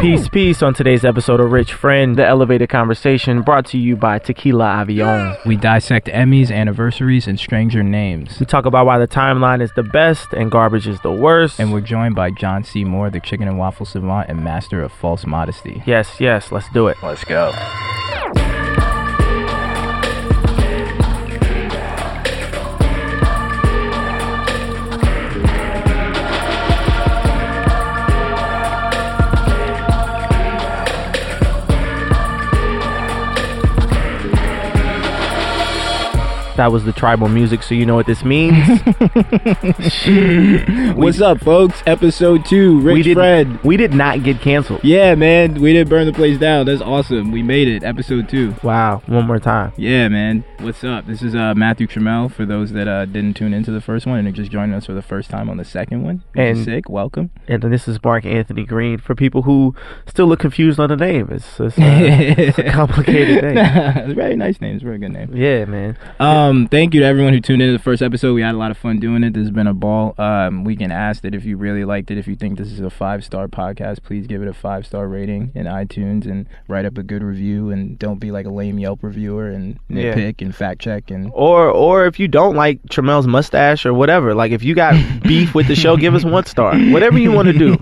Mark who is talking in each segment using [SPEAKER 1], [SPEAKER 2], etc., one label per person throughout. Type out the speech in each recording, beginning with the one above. [SPEAKER 1] Peace, peace on today's episode of Rich Friend, the elevated conversation brought to you by Tequila Avion.
[SPEAKER 2] We dissect Emmys, anniversaries, and stranger names.
[SPEAKER 1] We talk about why the timeline is the best and garbage is the worst.
[SPEAKER 2] And we're joined by John C. Moore, the chicken and waffle savant and master of false modesty.
[SPEAKER 1] yes, yes, let's do it.
[SPEAKER 2] Let's go.
[SPEAKER 1] That was the tribal music, so you know what this means.
[SPEAKER 2] What's up, folks? Episode two, Rich
[SPEAKER 1] we did.
[SPEAKER 2] Fred.
[SPEAKER 1] We did not get canceled.
[SPEAKER 2] Yeah, man, we didn't burn the place down. That's awesome. We made it. Episode two.
[SPEAKER 1] Wow, one more time.
[SPEAKER 2] Yeah, man. What's up? This is uh, Matthew Trammell. For those that uh, didn't tune into the first one and are just joining us for the first time on the second one, which is
[SPEAKER 1] And-
[SPEAKER 2] sick. Welcome.
[SPEAKER 1] And then this is Mark Anthony Green. For people who still look confused on the name, it's, it's, uh, it's a complicated thing.
[SPEAKER 2] it's a very nice name. It's a very good name.
[SPEAKER 1] Yeah, man.
[SPEAKER 2] Um, thank you to everyone who tuned in to the first episode. We had a lot of fun doing it. This has been a ball. Um, we can ask that if you really liked it, if you think this is a five star podcast, please give it a five star rating in iTunes and write up a good review. And don't be like a lame Yelp reviewer and
[SPEAKER 1] Yeah.
[SPEAKER 2] nitpick and fact check and
[SPEAKER 1] Or or if you don't like Tremel's mustache or whatever, like if you got beef with the show, give us one star. Whatever you want to do.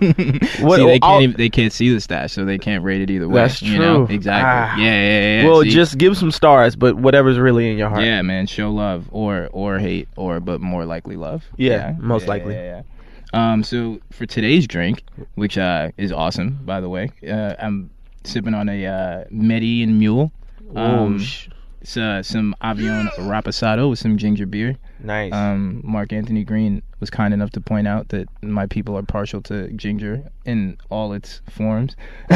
[SPEAKER 1] What-
[SPEAKER 2] see, they can't
[SPEAKER 1] all-
[SPEAKER 2] even, they can't see the stash, so they can't rate it either way.
[SPEAKER 1] That's
[SPEAKER 2] You know?
[SPEAKER 1] true. Ah.
[SPEAKER 2] Exactly. Yeah, yeah, yeah, yeah.
[SPEAKER 1] well,
[SPEAKER 2] see?
[SPEAKER 1] just give some stars, but whatever's really in your heart.
[SPEAKER 2] Yeah, man, show love or or hate or but more likely love.
[SPEAKER 1] Yeah, most likely.
[SPEAKER 2] yeah, yeah. Um, so for today's drink, which uh is awesome by the way, uh, I'm sipping on a uh, Median Mule.
[SPEAKER 1] Oh,
[SPEAKER 2] Um,
[SPEAKER 1] sh-
[SPEAKER 2] It's uh, some Avion Rapasado with some ginger beer.
[SPEAKER 1] nice.
[SPEAKER 2] Um, Mark Anthony Green was kind enough to point out that my people are partial to ginger in all its forms,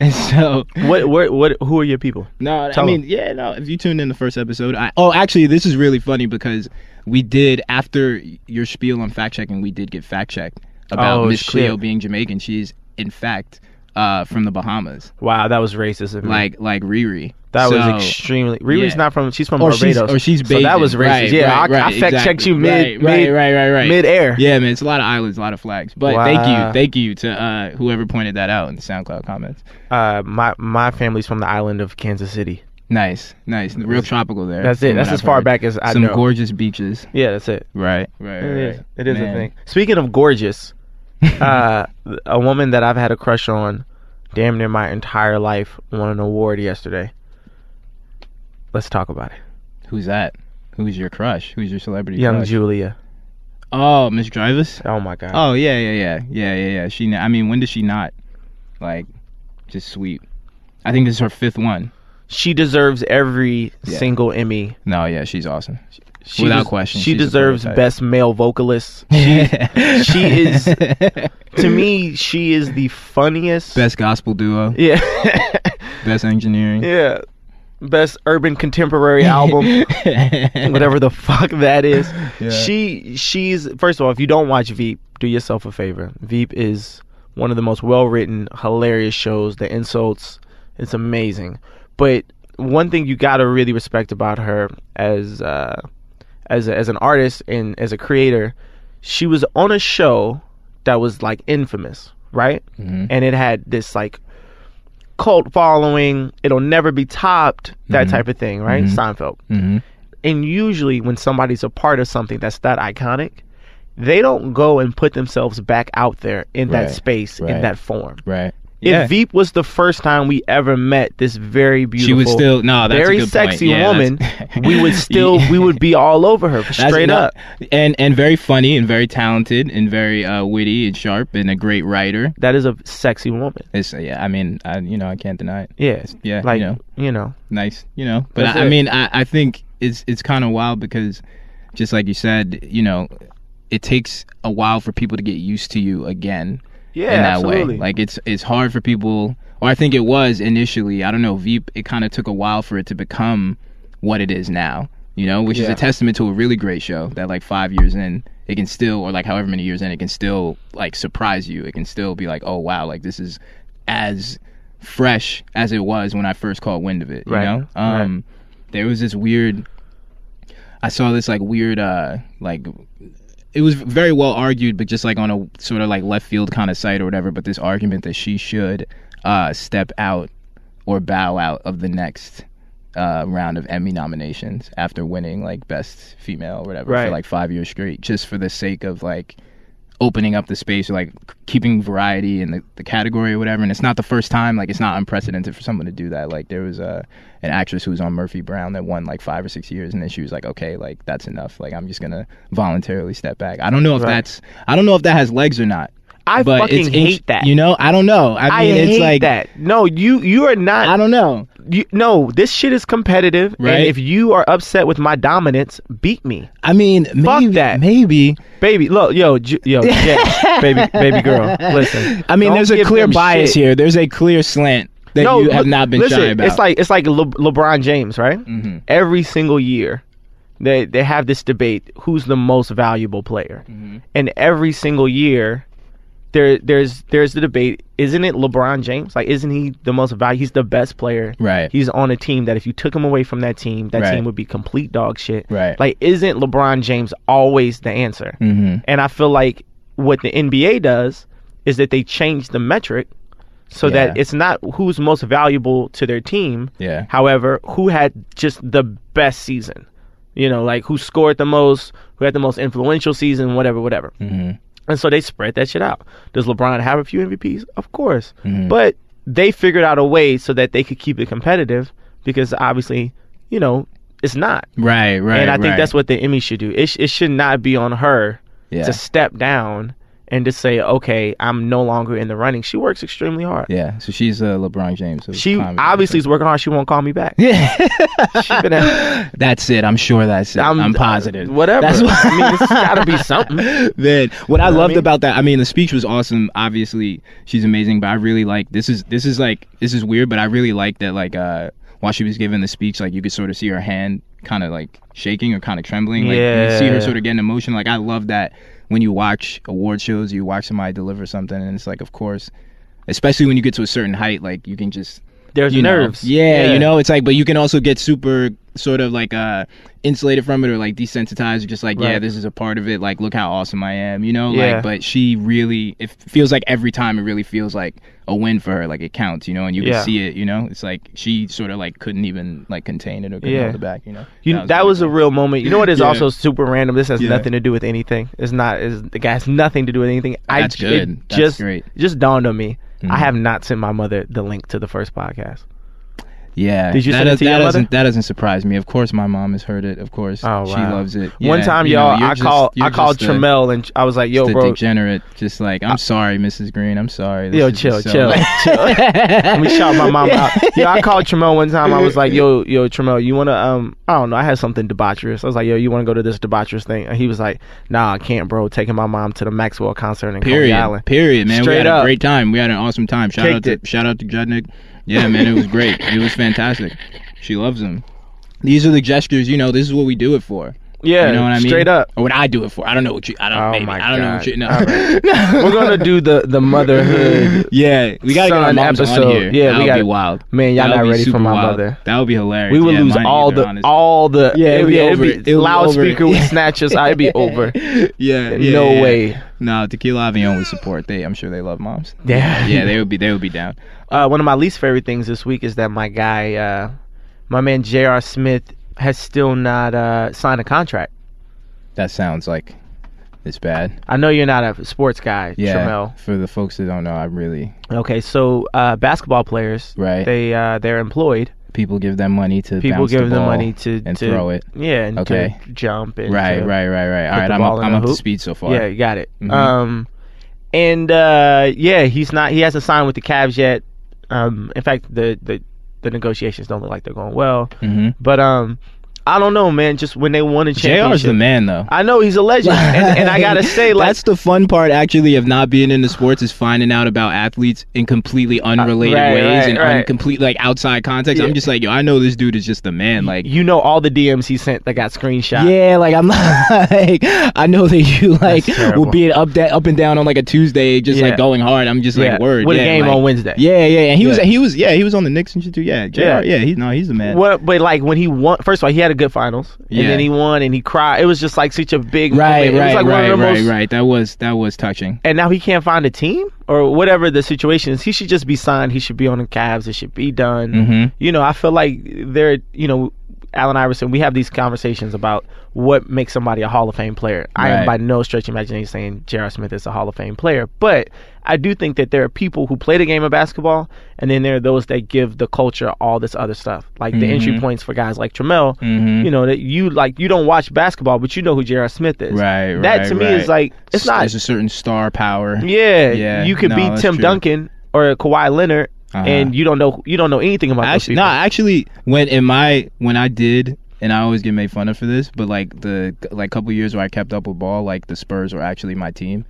[SPEAKER 2] and so
[SPEAKER 1] what what what? Who are your people?
[SPEAKER 2] no,
[SPEAKER 1] Tell
[SPEAKER 2] I mean, yeah, no. If you tuned in the first episode, I oh, actually, this is really funny because we did after your spiel on fact checking, we did get fact checked about
[SPEAKER 1] Oh,
[SPEAKER 2] Miss Cleo
[SPEAKER 1] shit.
[SPEAKER 2] being Jamaican. She is in fact uh, from the Bahamas,
[SPEAKER 1] Wow, that was racist. of me.
[SPEAKER 2] like like Riri.
[SPEAKER 1] that
[SPEAKER 2] So-
[SPEAKER 1] was extremely. Riri's
[SPEAKER 2] yeah.
[SPEAKER 1] not from. Oh, She's from
[SPEAKER 2] Or she's,
[SPEAKER 1] Barbados.
[SPEAKER 2] or she's
[SPEAKER 1] so that
[SPEAKER 2] Bajan.
[SPEAKER 1] was racist.
[SPEAKER 2] Right,
[SPEAKER 1] yeah,
[SPEAKER 2] right,
[SPEAKER 1] I,
[SPEAKER 2] right,
[SPEAKER 1] I fact
[SPEAKER 2] exactly.
[SPEAKER 1] checked you mid
[SPEAKER 2] right,
[SPEAKER 1] mid
[SPEAKER 2] right, right, right, right.
[SPEAKER 1] mid air.
[SPEAKER 2] Yeah, man, it's a lot of islands, a lot of flags. But thank
[SPEAKER 1] Wow.
[SPEAKER 2] you, thank you to uh, whoever pointed that out in the SoundCloud comments.
[SPEAKER 1] Uh, my my family's from the island of Kansas City.
[SPEAKER 2] Nice, nice, real tropical there.
[SPEAKER 1] That's
[SPEAKER 2] from
[SPEAKER 1] it. That's
[SPEAKER 2] what
[SPEAKER 1] as
[SPEAKER 2] I've
[SPEAKER 1] far
[SPEAKER 2] heard.
[SPEAKER 1] back as I
[SPEAKER 2] Some
[SPEAKER 1] know.
[SPEAKER 2] gorgeous beaches.
[SPEAKER 1] yeah, that's it.
[SPEAKER 2] Right. Right.
[SPEAKER 1] It is. It is a thing. Speaking of gorgeous, uh, a woman that I've had a crush on, damn near my entire life, won an award yesterday. Let's talk about it.
[SPEAKER 2] Who's that? Who's your crush? Who's your celebrity
[SPEAKER 1] Young
[SPEAKER 2] crush?
[SPEAKER 1] Julia.
[SPEAKER 2] Oh, Miss Drivers?
[SPEAKER 1] Oh my god.
[SPEAKER 2] Oh, yeah, yeah, yeah. Yeah, yeah, yeah. She I mean, when does she not like just sweep? I think this is her fifth one.
[SPEAKER 1] She deserves every
[SPEAKER 2] Yeah.
[SPEAKER 1] single Emmy.
[SPEAKER 2] No, yeah, she's awesome.
[SPEAKER 1] She
[SPEAKER 2] Without question,
[SPEAKER 1] She
[SPEAKER 2] she's a
[SPEAKER 1] deserves
[SPEAKER 2] prototype.
[SPEAKER 1] best male vocalist.
[SPEAKER 2] She,
[SPEAKER 1] she is- to me, she is the funniest.
[SPEAKER 2] best gospel duo,
[SPEAKER 1] Yeah.
[SPEAKER 2] best engineering.
[SPEAKER 1] yeah. Best urban contemporary album. whatever the fuck that is.
[SPEAKER 2] Yeah.
[SPEAKER 1] She she's first of all, if you don't watch Veep, do yourself a favor. Veep is one of the most well written, hilarious shows. The insults, it's amazing. But one thing you gotta really respect about her as uh, as a, as an artist and as a creator, she was on a show that was like infamous, right?
[SPEAKER 2] Mhm.
[SPEAKER 1] And it had this like cult following. It'll never be topped. That type of thing, right? Seinfeld
[SPEAKER 2] Mhm.
[SPEAKER 1] and usually when somebody's a part of something that's that iconic they don't go and put themselves back out there in
[SPEAKER 2] Right,
[SPEAKER 1] that space in
[SPEAKER 2] right.
[SPEAKER 1] that form
[SPEAKER 2] Right.
[SPEAKER 1] if veep was the first time we ever met this very
[SPEAKER 2] she
[SPEAKER 1] beautiful
[SPEAKER 2] was still no, that's a
[SPEAKER 1] very
[SPEAKER 2] good point.
[SPEAKER 1] sexy
[SPEAKER 2] Yeah,
[SPEAKER 1] woman
[SPEAKER 2] that's-
[SPEAKER 1] we would still we would be all over her
[SPEAKER 2] That's
[SPEAKER 1] straight
[SPEAKER 2] not-
[SPEAKER 1] up
[SPEAKER 2] and and very funny and very talented and very uh, witty and sharp and a great writer.
[SPEAKER 1] that is a sexy woman
[SPEAKER 2] It's yeah, I mean, I you know, I can't deny it.
[SPEAKER 1] yeah
[SPEAKER 2] Yeah,
[SPEAKER 1] like
[SPEAKER 2] you know, nice, you know. But
[SPEAKER 1] That's
[SPEAKER 2] I, I
[SPEAKER 1] it.
[SPEAKER 2] mean, I, I think it's it's kind of wild because, just like you said, you know, it takes a while for people to get used to you again
[SPEAKER 1] yeah
[SPEAKER 2] in that
[SPEAKER 1] absolutely
[SPEAKER 2] way. Like it's it's hard for people, or I think it was initially. I don't know. Veep. It kind of took a while for it to become what it is now. You know, which is
[SPEAKER 1] Yeah.
[SPEAKER 2] a testament to a really great show that like five years in, it can still, or like however many years in, it can still like surprise you. It can still be like, oh wow, like this is as fresh as it was when I first caught wind of it. You
[SPEAKER 1] Right.
[SPEAKER 2] know, um, there was this weird. I saw this like weird, uh, like it was very well argued, but just like on a sort of like left field kind of site or whatever. But this argument that she should uh, step out or bow out of the next uh, round of Emmy nominations after winning like best female or whatever for
[SPEAKER 1] Right.
[SPEAKER 2] like five years straight, just for the sake of like opening up the space or like keeping variety in the, the category or whatever. And it's not the first time, like it's not unprecedented for someone to do that. Like there was a an actress who was on Murphy Brown that won like five or six years and then she was like, Okay, like that's enough. Like I'm just gonna voluntarily step back. I don't know if
[SPEAKER 1] Right.
[SPEAKER 2] that's I don't know if that has legs or not.
[SPEAKER 1] I
[SPEAKER 2] but
[SPEAKER 1] fucking
[SPEAKER 2] it's int-
[SPEAKER 1] hate that.
[SPEAKER 2] You know, I don't know. I
[SPEAKER 1] I
[SPEAKER 2] mean
[SPEAKER 1] hate
[SPEAKER 2] it's like
[SPEAKER 1] that. No, you you are not.
[SPEAKER 2] I don't know.
[SPEAKER 1] you, no, this shit is competitive.
[SPEAKER 2] Right.
[SPEAKER 1] And if you are upset with my dominance, beat me,
[SPEAKER 2] I mean maybe
[SPEAKER 1] that.
[SPEAKER 2] maybe
[SPEAKER 1] baby. Look, yo, j- yo, yeah, baby, baby girl. Listen,
[SPEAKER 2] I mean,
[SPEAKER 1] Don't
[SPEAKER 2] there's a
[SPEAKER 1] give
[SPEAKER 2] clear
[SPEAKER 1] them
[SPEAKER 2] bias
[SPEAKER 1] shit.
[SPEAKER 2] here. There's a clear slant that you have
[SPEAKER 1] look,
[SPEAKER 2] not been
[SPEAKER 1] listen,
[SPEAKER 2] shy about.
[SPEAKER 1] It's like it's like Le- LeBron James, right?
[SPEAKER 2] Mhm.
[SPEAKER 1] Every single year, they they have this debate: who's the most valuable player?
[SPEAKER 2] Mm-hmm.
[SPEAKER 1] And every single year, there there's there's the debate: isn't it LeBron James? Like, isn't he the most valuable? He's the best player.
[SPEAKER 2] right,
[SPEAKER 1] He's on a team that if you took him away from that team, that
[SPEAKER 2] Right.
[SPEAKER 1] team would be complete dog shit.
[SPEAKER 2] right.
[SPEAKER 1] Like, isn't LeBron James always the answer?
[SPEAKER 2] mm-hmm.
[SPEAKER 1] And I feel like what the NBA does is that they change the metric so that
[SPEAKER 2] Yeah.
[SPEAKER 1] it's not who's most valuable to their team.
[SPEAKER 2] Yeah,
[SPEAKER 1] However, who had just the best season? You know, like who scored the most, who had the most influential season, whatever, whatever.
[SPEAKER 2] mm-hmm.
[SPEAKER 1] And so they spread that shit out. Does LeBron have a few MVPs? Of course.
[SPEAKER 2] Mhm.
[SPEAKER 1] But they figured out a way so that they could keep it competitive because obviously, you know, it's not.
[SPEAKER 2] right, right.
[SPEAKER 1] and I think
[SPEAKER 2] right.
[SPEAKER 1] that's what the Emmy should do. It, sh- it should not be on her
[SPEAKER 2] yeah.
[SPEAKER 1] to step down and to say, okay, I'm no longer in the running. She works extremely hard.
[SPEAKER 2] yeah. So she's uh, LeBron James. of
[SPEAKER 1] She
[SPEAKER 2] comedy.
[SPEAKER 1] obviously is working hard. She won't call me back.
[SPEAKER 2] Yeah,
[SPEAKER 1] She been at-
[SPEAKER 2] that's it. I'm sure that's it. I'm, positive.
[SPEAKER 1] Whatever.
[SPEAKER 2] That's what-
[SPEAKER 1] I mean, it's got to be something.
[SPEAKER 2] Man, what I
[SPEAKER 1] know what I
[SPEAKER 2] loved
[SPEAKER 1] mean?
[SPEAKER 2] about that, I mean, the speech was awesome. Obviously, she's amazing, but I really like this is this is like this is weird, but I really like that. Like uh, while she was giving the speech, like you could sort of see her hand kind of like shaking or kind of trembling. Like you could see her
[SPEAKER 1] Yeah.
[SPEAKER 2] sort of getting emotional. Like I love that when you watch award shows, you watch somebody deliver something, and it's like, of course, especially when you get to a certain height, like you can just
[SPEAKER 1] There's
[SPEAKER 2] you know.
[SPEAKER 1] nerves.
[SPEAKER 2] Yeah, you know, it's like, but you can also get super sort of like uh insulated from it or like desensitized, or just like, yeah,
[SPEAKER 1] Right.
[SPEAKER 2] this is a part of it. Like, look how awesome I am, you know.
[SPEAKER 1] Yeah.
[SPEAKER 2] Like, but she really, it feels like every time it really feels like a win for her. Like it counts, you know, and you can
[SPEAKER 1] Yeah.
[SPEAKER 2] see it, you know. It's like she sort of like couldn't even like contain it or couldn't
[SPEAKER 1] Yeah.
[SPEAKER 2] hold it back, you know.
[SPEAKER 1] You, that was a
[SPEAKER 2] really
[SPEAKER 1] real moment. You know what is
[SPEAKER 2] Yeah.
[SPEAKER 1] also super random? This has
[SPEAKER 2] Yeah.
[SPEAKER 1] nothing to do with anything. It's not. It's, the guy has nothing to do with anything.
[SPEAKER 2] That's
[SPEAKER 1] I,
[SPEAKER 2] good.
[SPEAKER 1] It
[SPEAKER 2] That's
[SPEAKER 1] just,
[SPEAKER 2] great.
[SPEAKER 1] it just dawned on me.
[SPEAKER 2] Mhm.
[SPEAKER 1] I have not sent my mother the link to the first podcast.
[SPEAKER 2] cool. yeah.
[SPEAKER 1] Did you
[SPEAKER 2] that
[SPEAKER 1] send it
[SPEAKER 2] does-
[SPEAKER 1] to your
[SPEAKER 2] that
[SPEAKER 1] mother?
[SPEAKER 2] doesn't that doesn't surprise me. Of course, my mom has heard it. Of course,
[SPEAKER 1] Oh,
[SPEAKER 2] she
[SPEAKER 1] wow.
[SPEAKER 2] loves it.
[SPEAKER 1] One
[SPEAKER 2] Yeah,
[SPEAKER 1] time,
[SPEAKER 2] you know,
[SPEAKER 1] y'all,
[SPEAKER 2] you're
[SPEAKER 1] I
[SPEAKER 2] just-
[SPEAKER 1] called. I
[SPEAKER 2] you're
[SPEAKER 1] called
[SPEAKER 2] just a-
[SPEAKER 1] Tremel, and I was like, "Yo,
[SPEAKER 2] the
[SPEAKER 1] bro,
[SPEAKER 2] degenerate. Just like, I'm sorry, Mrs. Green. I'm sorry. This
[SPEAKER 1] Yo,
[SPEAKER 2] is
[SPEAKER 1] chill,
[SPEAKER 2] just so-
[SPEAKER 1] chill, chill. Let me shout my mom out. Yo, I called Tremel one time. I was like, yo, yo, Tremel, you wanna um I don't know, I had something debaucherous. I was like, yo, you wanna go to this debaucherous thing? And he was like, Nah, I can't, bro. Taking my mom to the Maxwell concert in Coney
[SPEAKER 2] Period.
[SPEAKER 1] Island.
[SPEAKER 2] Period, man. we
[SPEAKER 1] Straight
[SPEAKER 2] had a
[SPEAKER 1] up.
[SPEAKER 2] great time. We had an awesome time. Shout out
[SPEAKER 1] Kicked
[SPEAKER 2] to
[SPEAKER 1] it.
[SPEAKER 2] shout out to Judnick. Yeah, man, it was great. It was fantastic. She loves him. These are the gestures, you know. This is what we do it for.
[SPEAKER 1] Yeah,
[SPEAKER 2] you know what I mean?
[SPEAKER 1] straight up.
[SPEAKER 2] Or what I do it for. I don't know what you. I don't.
[SPEAKER 1] Oh
[SPEAKER 2] maybe.
[SPEAKER 1] my
[SPEAKER 2] I don't know
[SPEAKER 1] God.
[SPEAKER 2] what you. No.
[SPEAKER 1] All We're gonna do the the motherhood.
[SPEAKER 2] yeah, we gotta get our
[SPEAKER 1] Son
[SPEAKER 2] moms on
[SPEAKER 1] episode.
[SPEAKER 2] here.
[SPEAKER 1] Yeah,
[SPEAKER 2] that
[SPEAKER 1] we
[SPEAKER 2] would be
[SPEAKER 1] gotta-
[SPEAKER 2] wild.
[SPEAKER 1] Man, y'all
[SPEAKER 2] That would
[SPEAKER 1] not
[SPEAKER 2] be
[SPEAKER 1] ready for
[SPEAKER 2] super
[SPEAKER 1] my
[SPEAKER 2] wild.
[SPEAKER 1] mother.
[SPEAKER 2] That would be hilarious.
[SPEAKER 1] We would
[SPEAKER 2] Yeah,
[SPEAKER 1] lose
[SPEAKER 2] mine
[SPEAKER 1] all
[SPEAKER 2] either,
[SPEAKER 1] the
[SPEAKER 2] honestly.
[SPEAKER 1] all the
[SPEAKER 2] Yeah, it'd
[SPEAKER 1] it'd
[SPEAKER 2] be
[SPEAKER 1] be,
[SPEAKER 2] over.
[SPEAKER 1] it'd
[SPEAKER 2] It'd be
[SPEAKER 1] be
[SPEAKER 2] over.
[SPEAKER 1] loudspeaker would snatch us. I'd be over.
[SPEAKER 2] yeah, yeah,
[SPEAKER 1] no
[SPEAKER 2] yeah.
[SPEAKER 1] way.
[SPEAKER 2] No, Tequila Avion would support. They, I'm sure they love moms.
[SPEAKER 1] Yeah.
[SPEAKER 2] yeah, they would be. They would be down.
[SPEAKER 1] Uh, one of my least favorite things this week is that my guy, uh, my man J.R. Smith, has still not uh, signed a contract.
[SPEAKER 2] That sounds like it's bad.
[SPEAKER 1] I know you're not a sports guy,
[SPEAKER 2] Yeah.
[SPEAKER 1] Tramel.
[SPEAKER 2] For the folks that don't know, I really
[SPEAKER 1] Okay, so uh, basketball players,
[SPEAKER 2] right.
[SPEAKER 1] they uh, they're employed.
[SPEAKER 2] people give them money to
[SPEAKER 1] People
[SPEAKER 2] bounce the
[SPEAKER 1] give them
[SPEAKER 2] ball
[SPEAKER 1] money to
[SPEAKER 2] and
[SPEAKER 1] to,
[SPEAKER 2] throw it.
[SPEAKER 1] Yeah, and
[SPEAKER 2] Okay.
[SPEAKER 1] to jump and
[SPEAKER 2] Right,
[SPEAKER 1] to-
[SPEAKER 2] right, right, right. All
[SPEAKER 1] put
[SPEAKER 2] right,
[SPEAKER 1] the
[SPEAKER 2] I'm
[SPEAKER 1] ball in
[SPEAKER 2] up, I'm
[SPEAKER 1] the
[SPEAKER 2] up to
[SPEAKER 1] hoop.
[SPEAKER 2] speed so far.
[SPEAKER 1] Yeah, you got it.
[SPEAKER 2] Mhm.
[SPEAKER 1] Um, and uh, yeah, he's not. He hasn't signed with the Cavs yet. Um, in fact, the the the negotiations don't look like they're going well.
[SPEAKER 2] hmm
[SPEAKER 1] But um, I don't know, man. Just when they won a championship,
[SPEAKER 2] JR's the man though.
[SPEAKER 1] I know he's a legend, and, and I gotta say, like,
[SPEAKER 2] that's the fun part actually of not being into sports is finding out about athletes in completely unrelated
[SPEAKER 1] Uh, right,
[SPEAKER 2] ways
[SPEAKER 1] right,
[SPEAKER 2] and un-
[SPEAKER 1] right.
[SPEAKER 2] complete like outside context. I'm
[SPEAKER 1] Yeah.
[SPEAKER 2] just like, yo, I know this dude is just the man. Like,
[SPEAKER 1] you know, all the DMs he sent that got screenshot.
[SPEAKER 2] Yeah, like I'm like I know that you like
[SPEAKER 1] terrible.
[SPEAKER 2] will be an up da- up and down on like a Tuesday, just like
[SPEAKER 1] Yeah.
[SPEAKER 2] going hard. I'm just like word
[SPEAKER 1] with
[SPEAKER 2] yeah,
[SPEAKER 1] a game
[SPEAKER 2] like-
[SPEAKER 1] on Wednesday.
[SPEAKER 2] Yeah, yeah, and he was
[SPEAKER 1] Yeah.
[SPEAKER 2] he was yeah he was on the Knicks and shit too. Yeah, JR, yeah,
[SPEAKER 1] Yeah.
[SPEAKER 2] he no he's the man.
[SPEAKER 1] What, but like when he won, first of all, he had a good finals,
[SPEAKER 2] Yeah.
[SPEAKER 1] and then he won, and he cried. It was just like such a big
[SPEAKER 2] Right,
[SPEAKER 1] moment. It was
[SPEAKER 2] right,
[SPEAKER 1] like one of
[SPEAKER 2] right,
[SPEAKER 1] the
[SPEAKER 2] right,
[SPEAKER 1] most-
[SPEAKER 2] right. That was that was touching.
[SPEAKER 1] And now he can't find a team or whatever the situation is. He should just be signed. He should be on the Cavs. It should be done.
[SPEAKER 2] Mm-hmm.
[SPEAKER 1] You know, I feel like there. You know, Allen Iverson. We have these conversations about what makes somebody a Hall of Fame player. I am
[SPEAKER 2] Right.
[SPEAKER 1] by no stretch of imagination saying J.R. Smith is a Hall of Fame player, but I do think that there are people who play the game of basketball, and then there are those that give the culture all this other stuff, like the entry
[SPEAKER 2] Mhm.
[SPEAKER 1] points for guys like Tremel.
[SPEAKER 2] Mm-hmm.
[SPEAKER 1] You know that you like you don't watch basketball, but you know who J.R. Smith is.
[SPEAKER 2] right,
[SPEAKER 1] That
[SPEAKER 2] right,
[SPEAKER 1] to me
[SPEAKER 2] right.
[SPEAKER 1] is like it's not
[SPEAKER 2] There's a certain star power.
[SPEAKER 1] yeah,
[SPEAKER 2] Yeah,
[SPEAKER 1] you could
[SPEAKER 2] no,
[SPEAKER 1] be
[SPEAKER 2] that's
[SPEAKER 1] Tim
[SPEAKER 2] true.
[SPEAKER 1] Duncan or Kawhi Leonard,
[SPEAKER 2] Uh-huh.
[SPEAKER 1] and you don't know you don't know anything about those
[SPEAKER 2] actually,
[SPEAKER 1] people.
[SPEAKER 2] no, actually, when in my when I did, and I always get made fun of for this, but like the like couple years where I kept up with ball, like the Spurs were actually my team.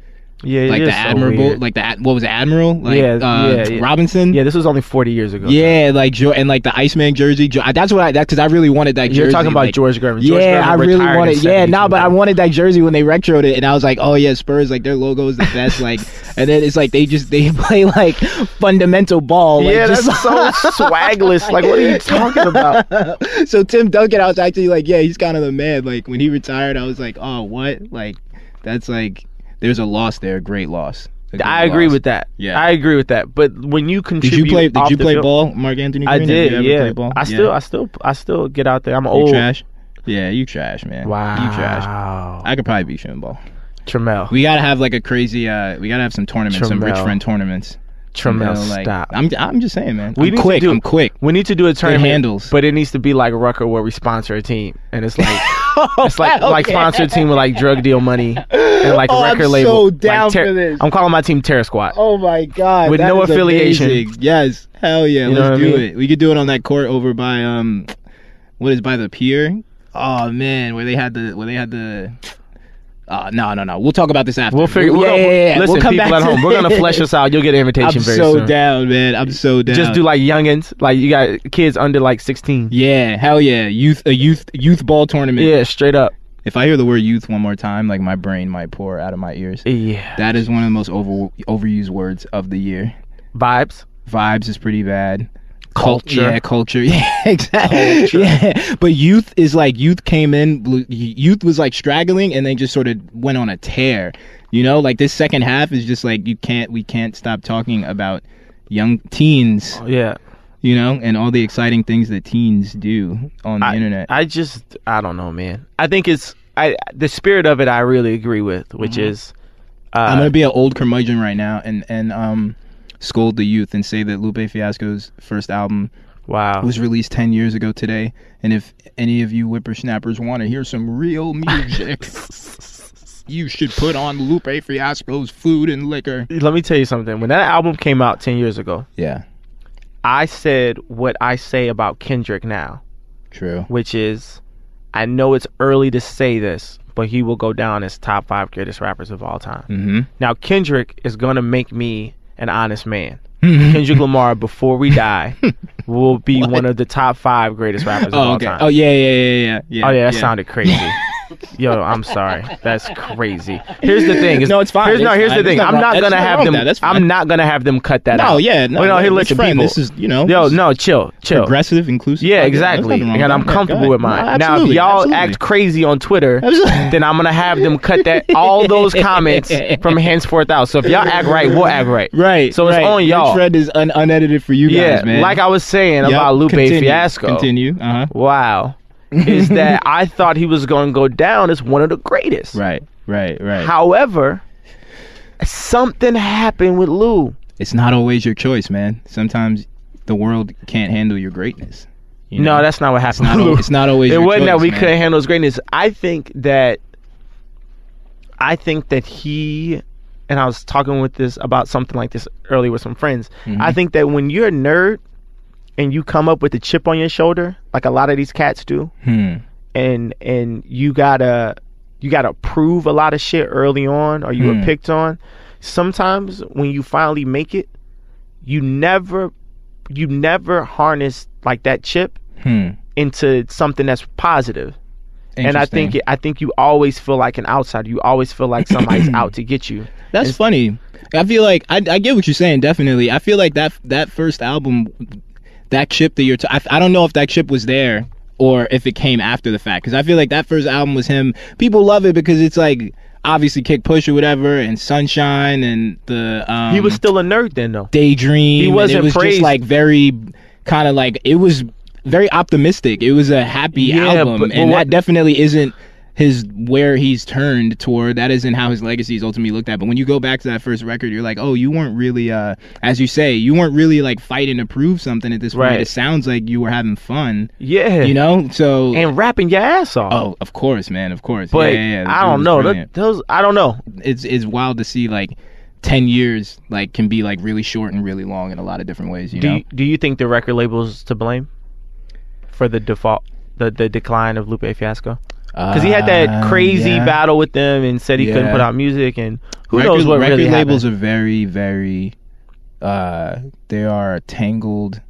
[SPEAKER 1] yeah,
[SPEAKER 2] Like
[SPEAKER 1] it
[SPEAKER 2] the
[SPEAKER 1] is so
[SPEAKER 2] admirable,
[SPEAKER 1] weird.
[SPEAKER 2] like the ad- what was it, admiral? Like,
[SPEAKER 1] Yeah,
[SPEAKER 2] uh,
[SPEAKER 1] yeah, yeah.
[SPEAKER 2] Robinson.
[SPEAKER 1] yeah, this was only forty years ago.
[SPEAKER 2] Yeah, like Joe and like the Iceman jersey. Jo- I- that's what I that because I really wanted that.
[SPEAKER 1] you're
[SPEAKER 2] jersey,
[SPEAKER 1] talking about
[SPEAKER 2] like-
[SPEAKER 1] George Gervin. George
[SPEAKER 2] Yeah,
[SPEAKER 1] Gervin
[SPEAKER 2] I really
[SPEAKER 1] retired in
[SPEAKER 2] wanted. Yeah, no,
[SPEAKER 1] 72,
[SPEAKER 2] but I
[SPEAKER 1] bro.
[SPEAKER 2] wanted that jersey when they retroed it, and I was like, oh yeah, Spurs like their logo is the best. Like, and then it's like they just they play like fundamental ball. Like,
[SPEAKER 1] yeah,
[SPEAKER 2] just,
[SPEAKER 1] that's so swagless. Like, what are you talking about?
[SPEAKER 2] so Tim Duncan, I was actually like, yeah, he's kind of the man. Like when he retired, I was like, oh what? Like that's like there's a loss there, a great loss. A great
[SPEAKER 1] I agree
[SPEAKER 2] loss.
[SPEAKER 1] with that.
[SPEAKER 2] Yeah.
[SPEAKER 1] I agree with that. But when you
[SPEAKER 2] Did
[SPEAKER 1] contribute,
[SPEAKER 2] you play?
[SPEAKER 1] off
[SPEAKER 2] Did you
[SPEAKER 1] the
[SPEAKER 2] play
[SPEAKER 1] field-
[SPEAKER 2] ball, Mark Anthony?
[SPEAKER 1] I
[SPEAKER 2] Green? Have
[SPEAKER 1] did.
[SPEAKER 2] you ever
[SPEAKER 1] yeah,
[SPEAKER 2] played ball?
[SPEAKER 1] I
[SPEAKER 2] Yeah.
[SPEAKER 1] still, I still, I still get out there. I'm
[SPEAKER 2] You
[SPEAKER 1] old.
[SPEAKER 2] trash? Yeah, you trash, man.
[SPEAKER 1] Wow,
[SPEAKER 2] You trash. I could probably beat you in ball.
[SPEAKER 1] Tremel,
[SPEAKER 2] We gotta have like a crazy. uh We gotta have some tournaments, some rich
[SPEAKER 1] Tremel.
[SPEAKER 2] friend tournaments. You
[SPEAKER 1] Tremel,
[SPEAKER 2] know, like,
[SPEAKER 1] stop.
[SPEAKER 2] I'm. I'm just saying, man.
[SPEAKER 1] We
[SPEAKER 2] I'm
[SPEAKER 1] need to
[SPEAKER 2] quick.
[SPEAKER 1] do-
[SPEAKER 2] I'm quick.
[SPEAKER 1] We need to do a tournament,
[SPEAKER 2] handles.
[SPEAKER 1] but it needs to be like Rucker, where we sponsor a team, and it's like it's like like
[SPEAKER 2] Okay.
[SPEAKER 1] sponsor a team with like drug deal money and like
[SPEAKER 2] Oh,
[SPEAKER 1] a
[SPEAKER 2] I'm
[SPEAKER 1] record label.
[SPEAKER 2] so
[SPEAKER 1] Like,
[SPEAKER 2] down
[SPEAKER 1] Ter-
[SPEAKER 2] for this.
[SPEAKER 1] I'm calling my team Terror Squad.
[SPEAKER 2] Oh my god.
[SPEAKER 1] With
[SPEAKER 2] that
[SPEAKER 1] no
[SPEAKER 2] is
[SPEAKER 1] affiliation.
[SPEAKER 2] amazing. Yes. Hell yeah.
[SPEAKER 1] You know
[SPEAKER 2] Let's
[SPEAKER 1] what I
[SPEAKER 2] do
[SPEAKER 1] mean?
[SPEAKER 2] it. We could do it on that court over by um, what is by the pier? Oh man, where they had the where they had the. Uh, no, no, no. We'll talk about this after.
[SPEAKER 1] We'll figure. we're
[SPEAKER 2] yeah,
[SPEAKER 1] gonna-
[SPEAKER 2] yeah, yeah, yeah.
[SPEAKER 1] Listen,
[SPEAKER 2] we'll come
[SPEAKER 1] people
[SPEAKER 2] back
[SPEAKER 1] at
[SPEAKER 2] to
[SPEAKER 1] home, we're gonna
[SPEAKER 2] this.
[SPEAKER 1] flesh this out. You'll get an invitation
[SPEAKER 2] I'm
[SPEAKER 1] very
[SPEAKER 2] so
[SPEAKER 1] soon.
[SPEAKER 2] down, man. I'm so down.
[SPEAKER 1] Just do like youngins, like you got kids under like 16.
[SPEAKER 2] Yeah, hell yeah, youth a youth youth ball tournament.
[SPEAKER 1] Yeah, straight up.
[SPEAKER 2] If I hear the word youth one more time, like my brain might pour out of my ears.
[SPEAKER 1] Yeah,
[SPEAKER 2] That is one of the most over overused words of the year.
[SPEAKER 1] vibes.
[SPEAKER 2] Vibes is pretty bad.
[SPEAKER 1] Culture.
[SPEAKER 2] yeah, culture, yeah, exactly.
[SPEAKER 1] Culture.
[SPEAKER 2] Yeah, but youth is like youth came in, l- youth was like straggling, and they just sort of went on a tear. You know, like this second half is just like you can't, we can't stop talking about young teens.
[SPEAKER 1] Yeah,
[SPEAKER 2] You know, and all the exciting things that teens do on the
[SPEAKER 1] I-
[SPEAKER 2] internet.
[SPEAKER 1] I just I don't know, man. I think it's I the spirit of it. I really agree with, which
[SPEAKER 2] Mm-hmm.
[SPEAKER 1] is. Uh,
[SPEAKER 2] I'm gonna be an old curmudgeon right now and and um scold the youth and say that Lupe Fiasco's first album
[SPEAKER 1] wow.
[SPEAKER 2] was released 10 years ago today and if any of you whippersnappers want to hear some real music you should put on Lupe Fiasco's Food and Liquor
[SPEAKER 1] Let me tell you something. When that album came out 10 years ago,
[SPEAKER 2] yeah
[SPEAKER 1] I said what I say about Kendrick now,
[SPEAKER 2] true
[SPEAKER 1] which is I know it's early to say this, but he will go down as top 5 greatest rappers of all time.
[SPEAKER 2] mhm
[SPEAKER 1] Now Kendrick is going to make me an honest man.
[SPEAKER 2] oh
[SPEAKER 1] Kendrick Lamar before we die will be one of the top 5 greatest rappers of all
[SPEAKER 2] okay
[SPEAKER 1] time.
[SPEAKER 2] oh yeah yeah yeah yeah yeah
[SPEAKER 1] Oh, yeah, that sounded crazy. Yo, I'm sorry. That's crazy. Here's the thing.
[SPEAKER 2] No, it's fine.
[SPEAKER 1] Here's, no,
[SPEAKER 2] It's
[SPEAKER 1] here's
[SPEAKER 2] fine.
[SPEAKER 1] the
[SPEAKER 2] There's
[SPEAKER 1] thing.
[SPEAKER 2] nothing
[SPEAKER 1] I'm
[SPEAKER 2] wrong-
[SPEAKER 1] not
[SPEAKER 2] there's
[SPEAKER 1] gonna
[SPEAKER 2] nothing wrong
[SPEAKER 1] have
[SPEAKER 2] with
[SPEAKER 1] them.
[SPEAKER 2] that. That's fine.
[SPEAKER 1] I'm not gonna have them cut that out.
[SPEAKER 2] no yeah no
[SPEAKER 1] Well, no,
[SPEAKER 2] like,
[SPEAKER 1] here,
[SPEAKER 2] we're
[SPEAKER 1] listen,
[SPEAKER 2] friends.
[SPEAKER 1] people.
[SPEAKER 2] this is you know
[SPEAKER 1] Yo,
[SPEAKER 2] this is
[SPEAKER 1] no, chill, chill.
[SPEAKER 2] progressive inclusive
[SPEAKER 1] Yeah,
[SPEAKER 2] Like,
[SPEAKER 1] exactly.
[SPEAKER 2] there's nothing wrong
[SPEAKER 1] And
[SPEAKER 2] with
[SPEAKER 1] I'm
[SPEAKER 2] that. Go
[SPEAKER 1] comfortable
[SPEAKER 2] ahead.
[SPEAKER 1] with
[SPEAKER 2] No,
[SPEAKER 1] mine. now, if
[SPEAKER 2] absolutely,
[SPEAKER 1] y'all
[SPEAKER 2] absolutely.
[SPEAKER 1] act crazy on Twitter,
[SPEAKER 2] Absolutely.
[SPEAKER 1] then I'm gonna have them cut that all those comments from henceforth out. So if y'all act right, we'll act right.
[SPEAKER 2] Right.
[SPEAKER 1] So it's
[SPEAKER 2] right.
[SPEAKER 1] on y'all.
[SPEAKER 2] Your thread is un- unedited for you
[SPEAKER 1] Yeah,
[SPEAKER 2] guys, man.
[SPEAKER 1] like I was saying
[SPEAKER 2] Yup.
[SPEAKER 1] about Lupe
[SPEAKER 2] Continue.
[SPEAKER 1] Fiasco.
[SPEAKER 2] Continue. Uh huh.
[SPEAKER 1] Wow, is that I thought he was gonna go down as one of the greatest.
[SPEAKER 2] Right. Right. Right.
[SPEAKER 1] However, something happened with Lou.
[SPEAKER 2] it's not always your choice, man. Sometimes the world can't handle your greatness. You
[SPEAKER 1] no,
[SPEAKER 2] know?
[SPEAKER 1] that's not what
[SPEAKER 2] it's
[SPEAKER 1] happened.
[SPEAKER 2] not.
[SPEAKER 1] with
[SPEAKER 2] Al-
[SPEAKER 1] Lou.
[SPEAKER 2] it's not always.
[SPEAKER 1] it
[SPEAKER 2] your
[SPEAKER 1] wasn't that
[SPEAKER 2] choice,
[SPEAKER 1] we
[SPEAKER 2] man.
[SPEAKER 1] couldn't handle his greatness. I think that I think that he and I was talking with this about something like this earlier with some friends.
[SPEAKER 2] Mhm.
[SPEAKER 1] I think that when you're a nerd and you come up with a chip on your shoulder, like a lot of these cats do,
[SPEAKER 2] Hmm.
[SPEAKER 1] and and you gotta you gotta prove a lot of shit early on or you
[SPEAKER 2] Hmm.
[SPEAKER 1] were picked on sometimes when you finally make it you never you never harness like that chip
[SPEAKER 2] Hmm.
[SPEAKER 1] into something that's positive and i think
[SPEAKER 2] Interesting.
[SPEAKER 1] i think you always feel like an outsider you always feel like somebody's out to get you
[SPEAKER 2] that's
[SPEAKER 1] it's-
[SPEAKER 2] funny. I feel like I, I get what you're saying. Definitely, I feel like that that first album, that chip that you're. T- I, I don't know if that chip was there or if it came after the fact. Because I feel like that first album was him. People love it because it's like obviously Kick Push or whatever, and Sunshine, and the um,
[SPEAKER 1] he was still a nerd then, though.
[SPEAKER 2] Daydream.
[SPEAKER 1] He
[SPEAKER 2] and
[SPEAKER 1] wasn't
[SPEAKER 2] It was
[SPEAKER 1] praised.
[SPEAKER 2] just like very kind of like it was very optimistic. It was a happy
[SPEAKER 1] Yeah,
[SPEAKER 2] album,
[SPEAKER 1] but-
[SPEAKER 2] and
[SPEAKER 1] well,
[SPEAKER 2] that
[SPEAKER 1] what-
[SPEAKER 2] definitely isn't his where he's turned toward that isn't how his legacy is ultimately looked at but when you go back to that first record you're like oh you weren't really uh as you say you weren't really like fighting to prove something at this point
[SPEAKER 1] Right.
[SPEAKER 2] it sounds like you were having fun
[SPEAKER 1] Yeah,
[SPEAKER 2] you know so
[SPEAKER 1] and rapping your ass off.
[SPEAKER 2] oh of course man of course
[SPEAKER 1] but
[SPEAKER 2] yeah, yeah, yeah.
[SPEAKER 1] I
[SPEAKER 2] It
[SPEAKER 1] don't
[SPEAKER 2] was
[SPEAKER 1] know.
[SPEAKER 2] brilliant
[SPEAKER 1] That, those I don't know.
[SPEAKER 2] it's it's wild to see like 10 years like can be like really short and really long in a lot of different ways you
[SPEAKER 1] do
[SPEAKER 2] know
[SPEAKER 1] you, do you think the record labels to blame for the default the, the decline of Lupe Fiasco? Because he had
[SPEAKER 2] Uh,
[SPEAKER 1] that crazy battle with them and said he couldn't
[SPEAKER 2] Yeah.
[SPEAKER 1] put out music and who
[SPEAKER 2] record,
[SPEAKER 1] knows what
[SPEAKER 2] record
[SPEAKER 1] really
[SPEAKER 2] labels
[SPEAKER 1] happened.
[SPEAKER 2] are very very uh they are tangled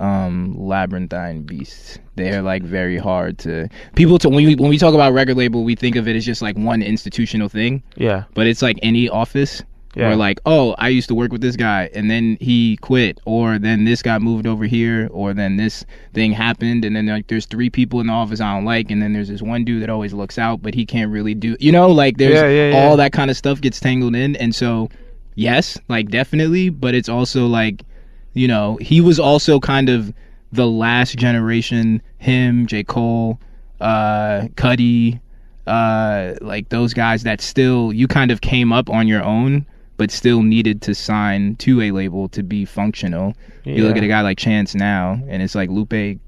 [SPEAKER 2] um labyrinthine beasts they're like very hard to people to when we when we talk about record label we think of it as just like one institutional thing
[SPEAKER 1] Yeah,
[SPEAKER 2] but it's like any office
[SPEAKER 1] yeah.
[SPEAKER 2] Or like, oh, I used to work with this guy and then he quit, or then this guy moved over here, or then this thing happened, and then like there's three people in the office I don't like, and then there's this one dude that always looks out, but he can't really do you know, like there's
[SPEAKER 1] Yeah, yeah, yeah.
[SPEAKER 2] all that kind of stuff gets tangled in. And so yes, like definitely, but it's also like, you know, he was also kind of the last generation, him, J. Cole, uh, Cuddy, uh, like those guys that still you kind of came up on your own, but still needed to sign to a label to be functional. You look
[SPEAKER 1] Yeah.
[SPEAKER 2] at a guy like Chance now, and it's like Lupe.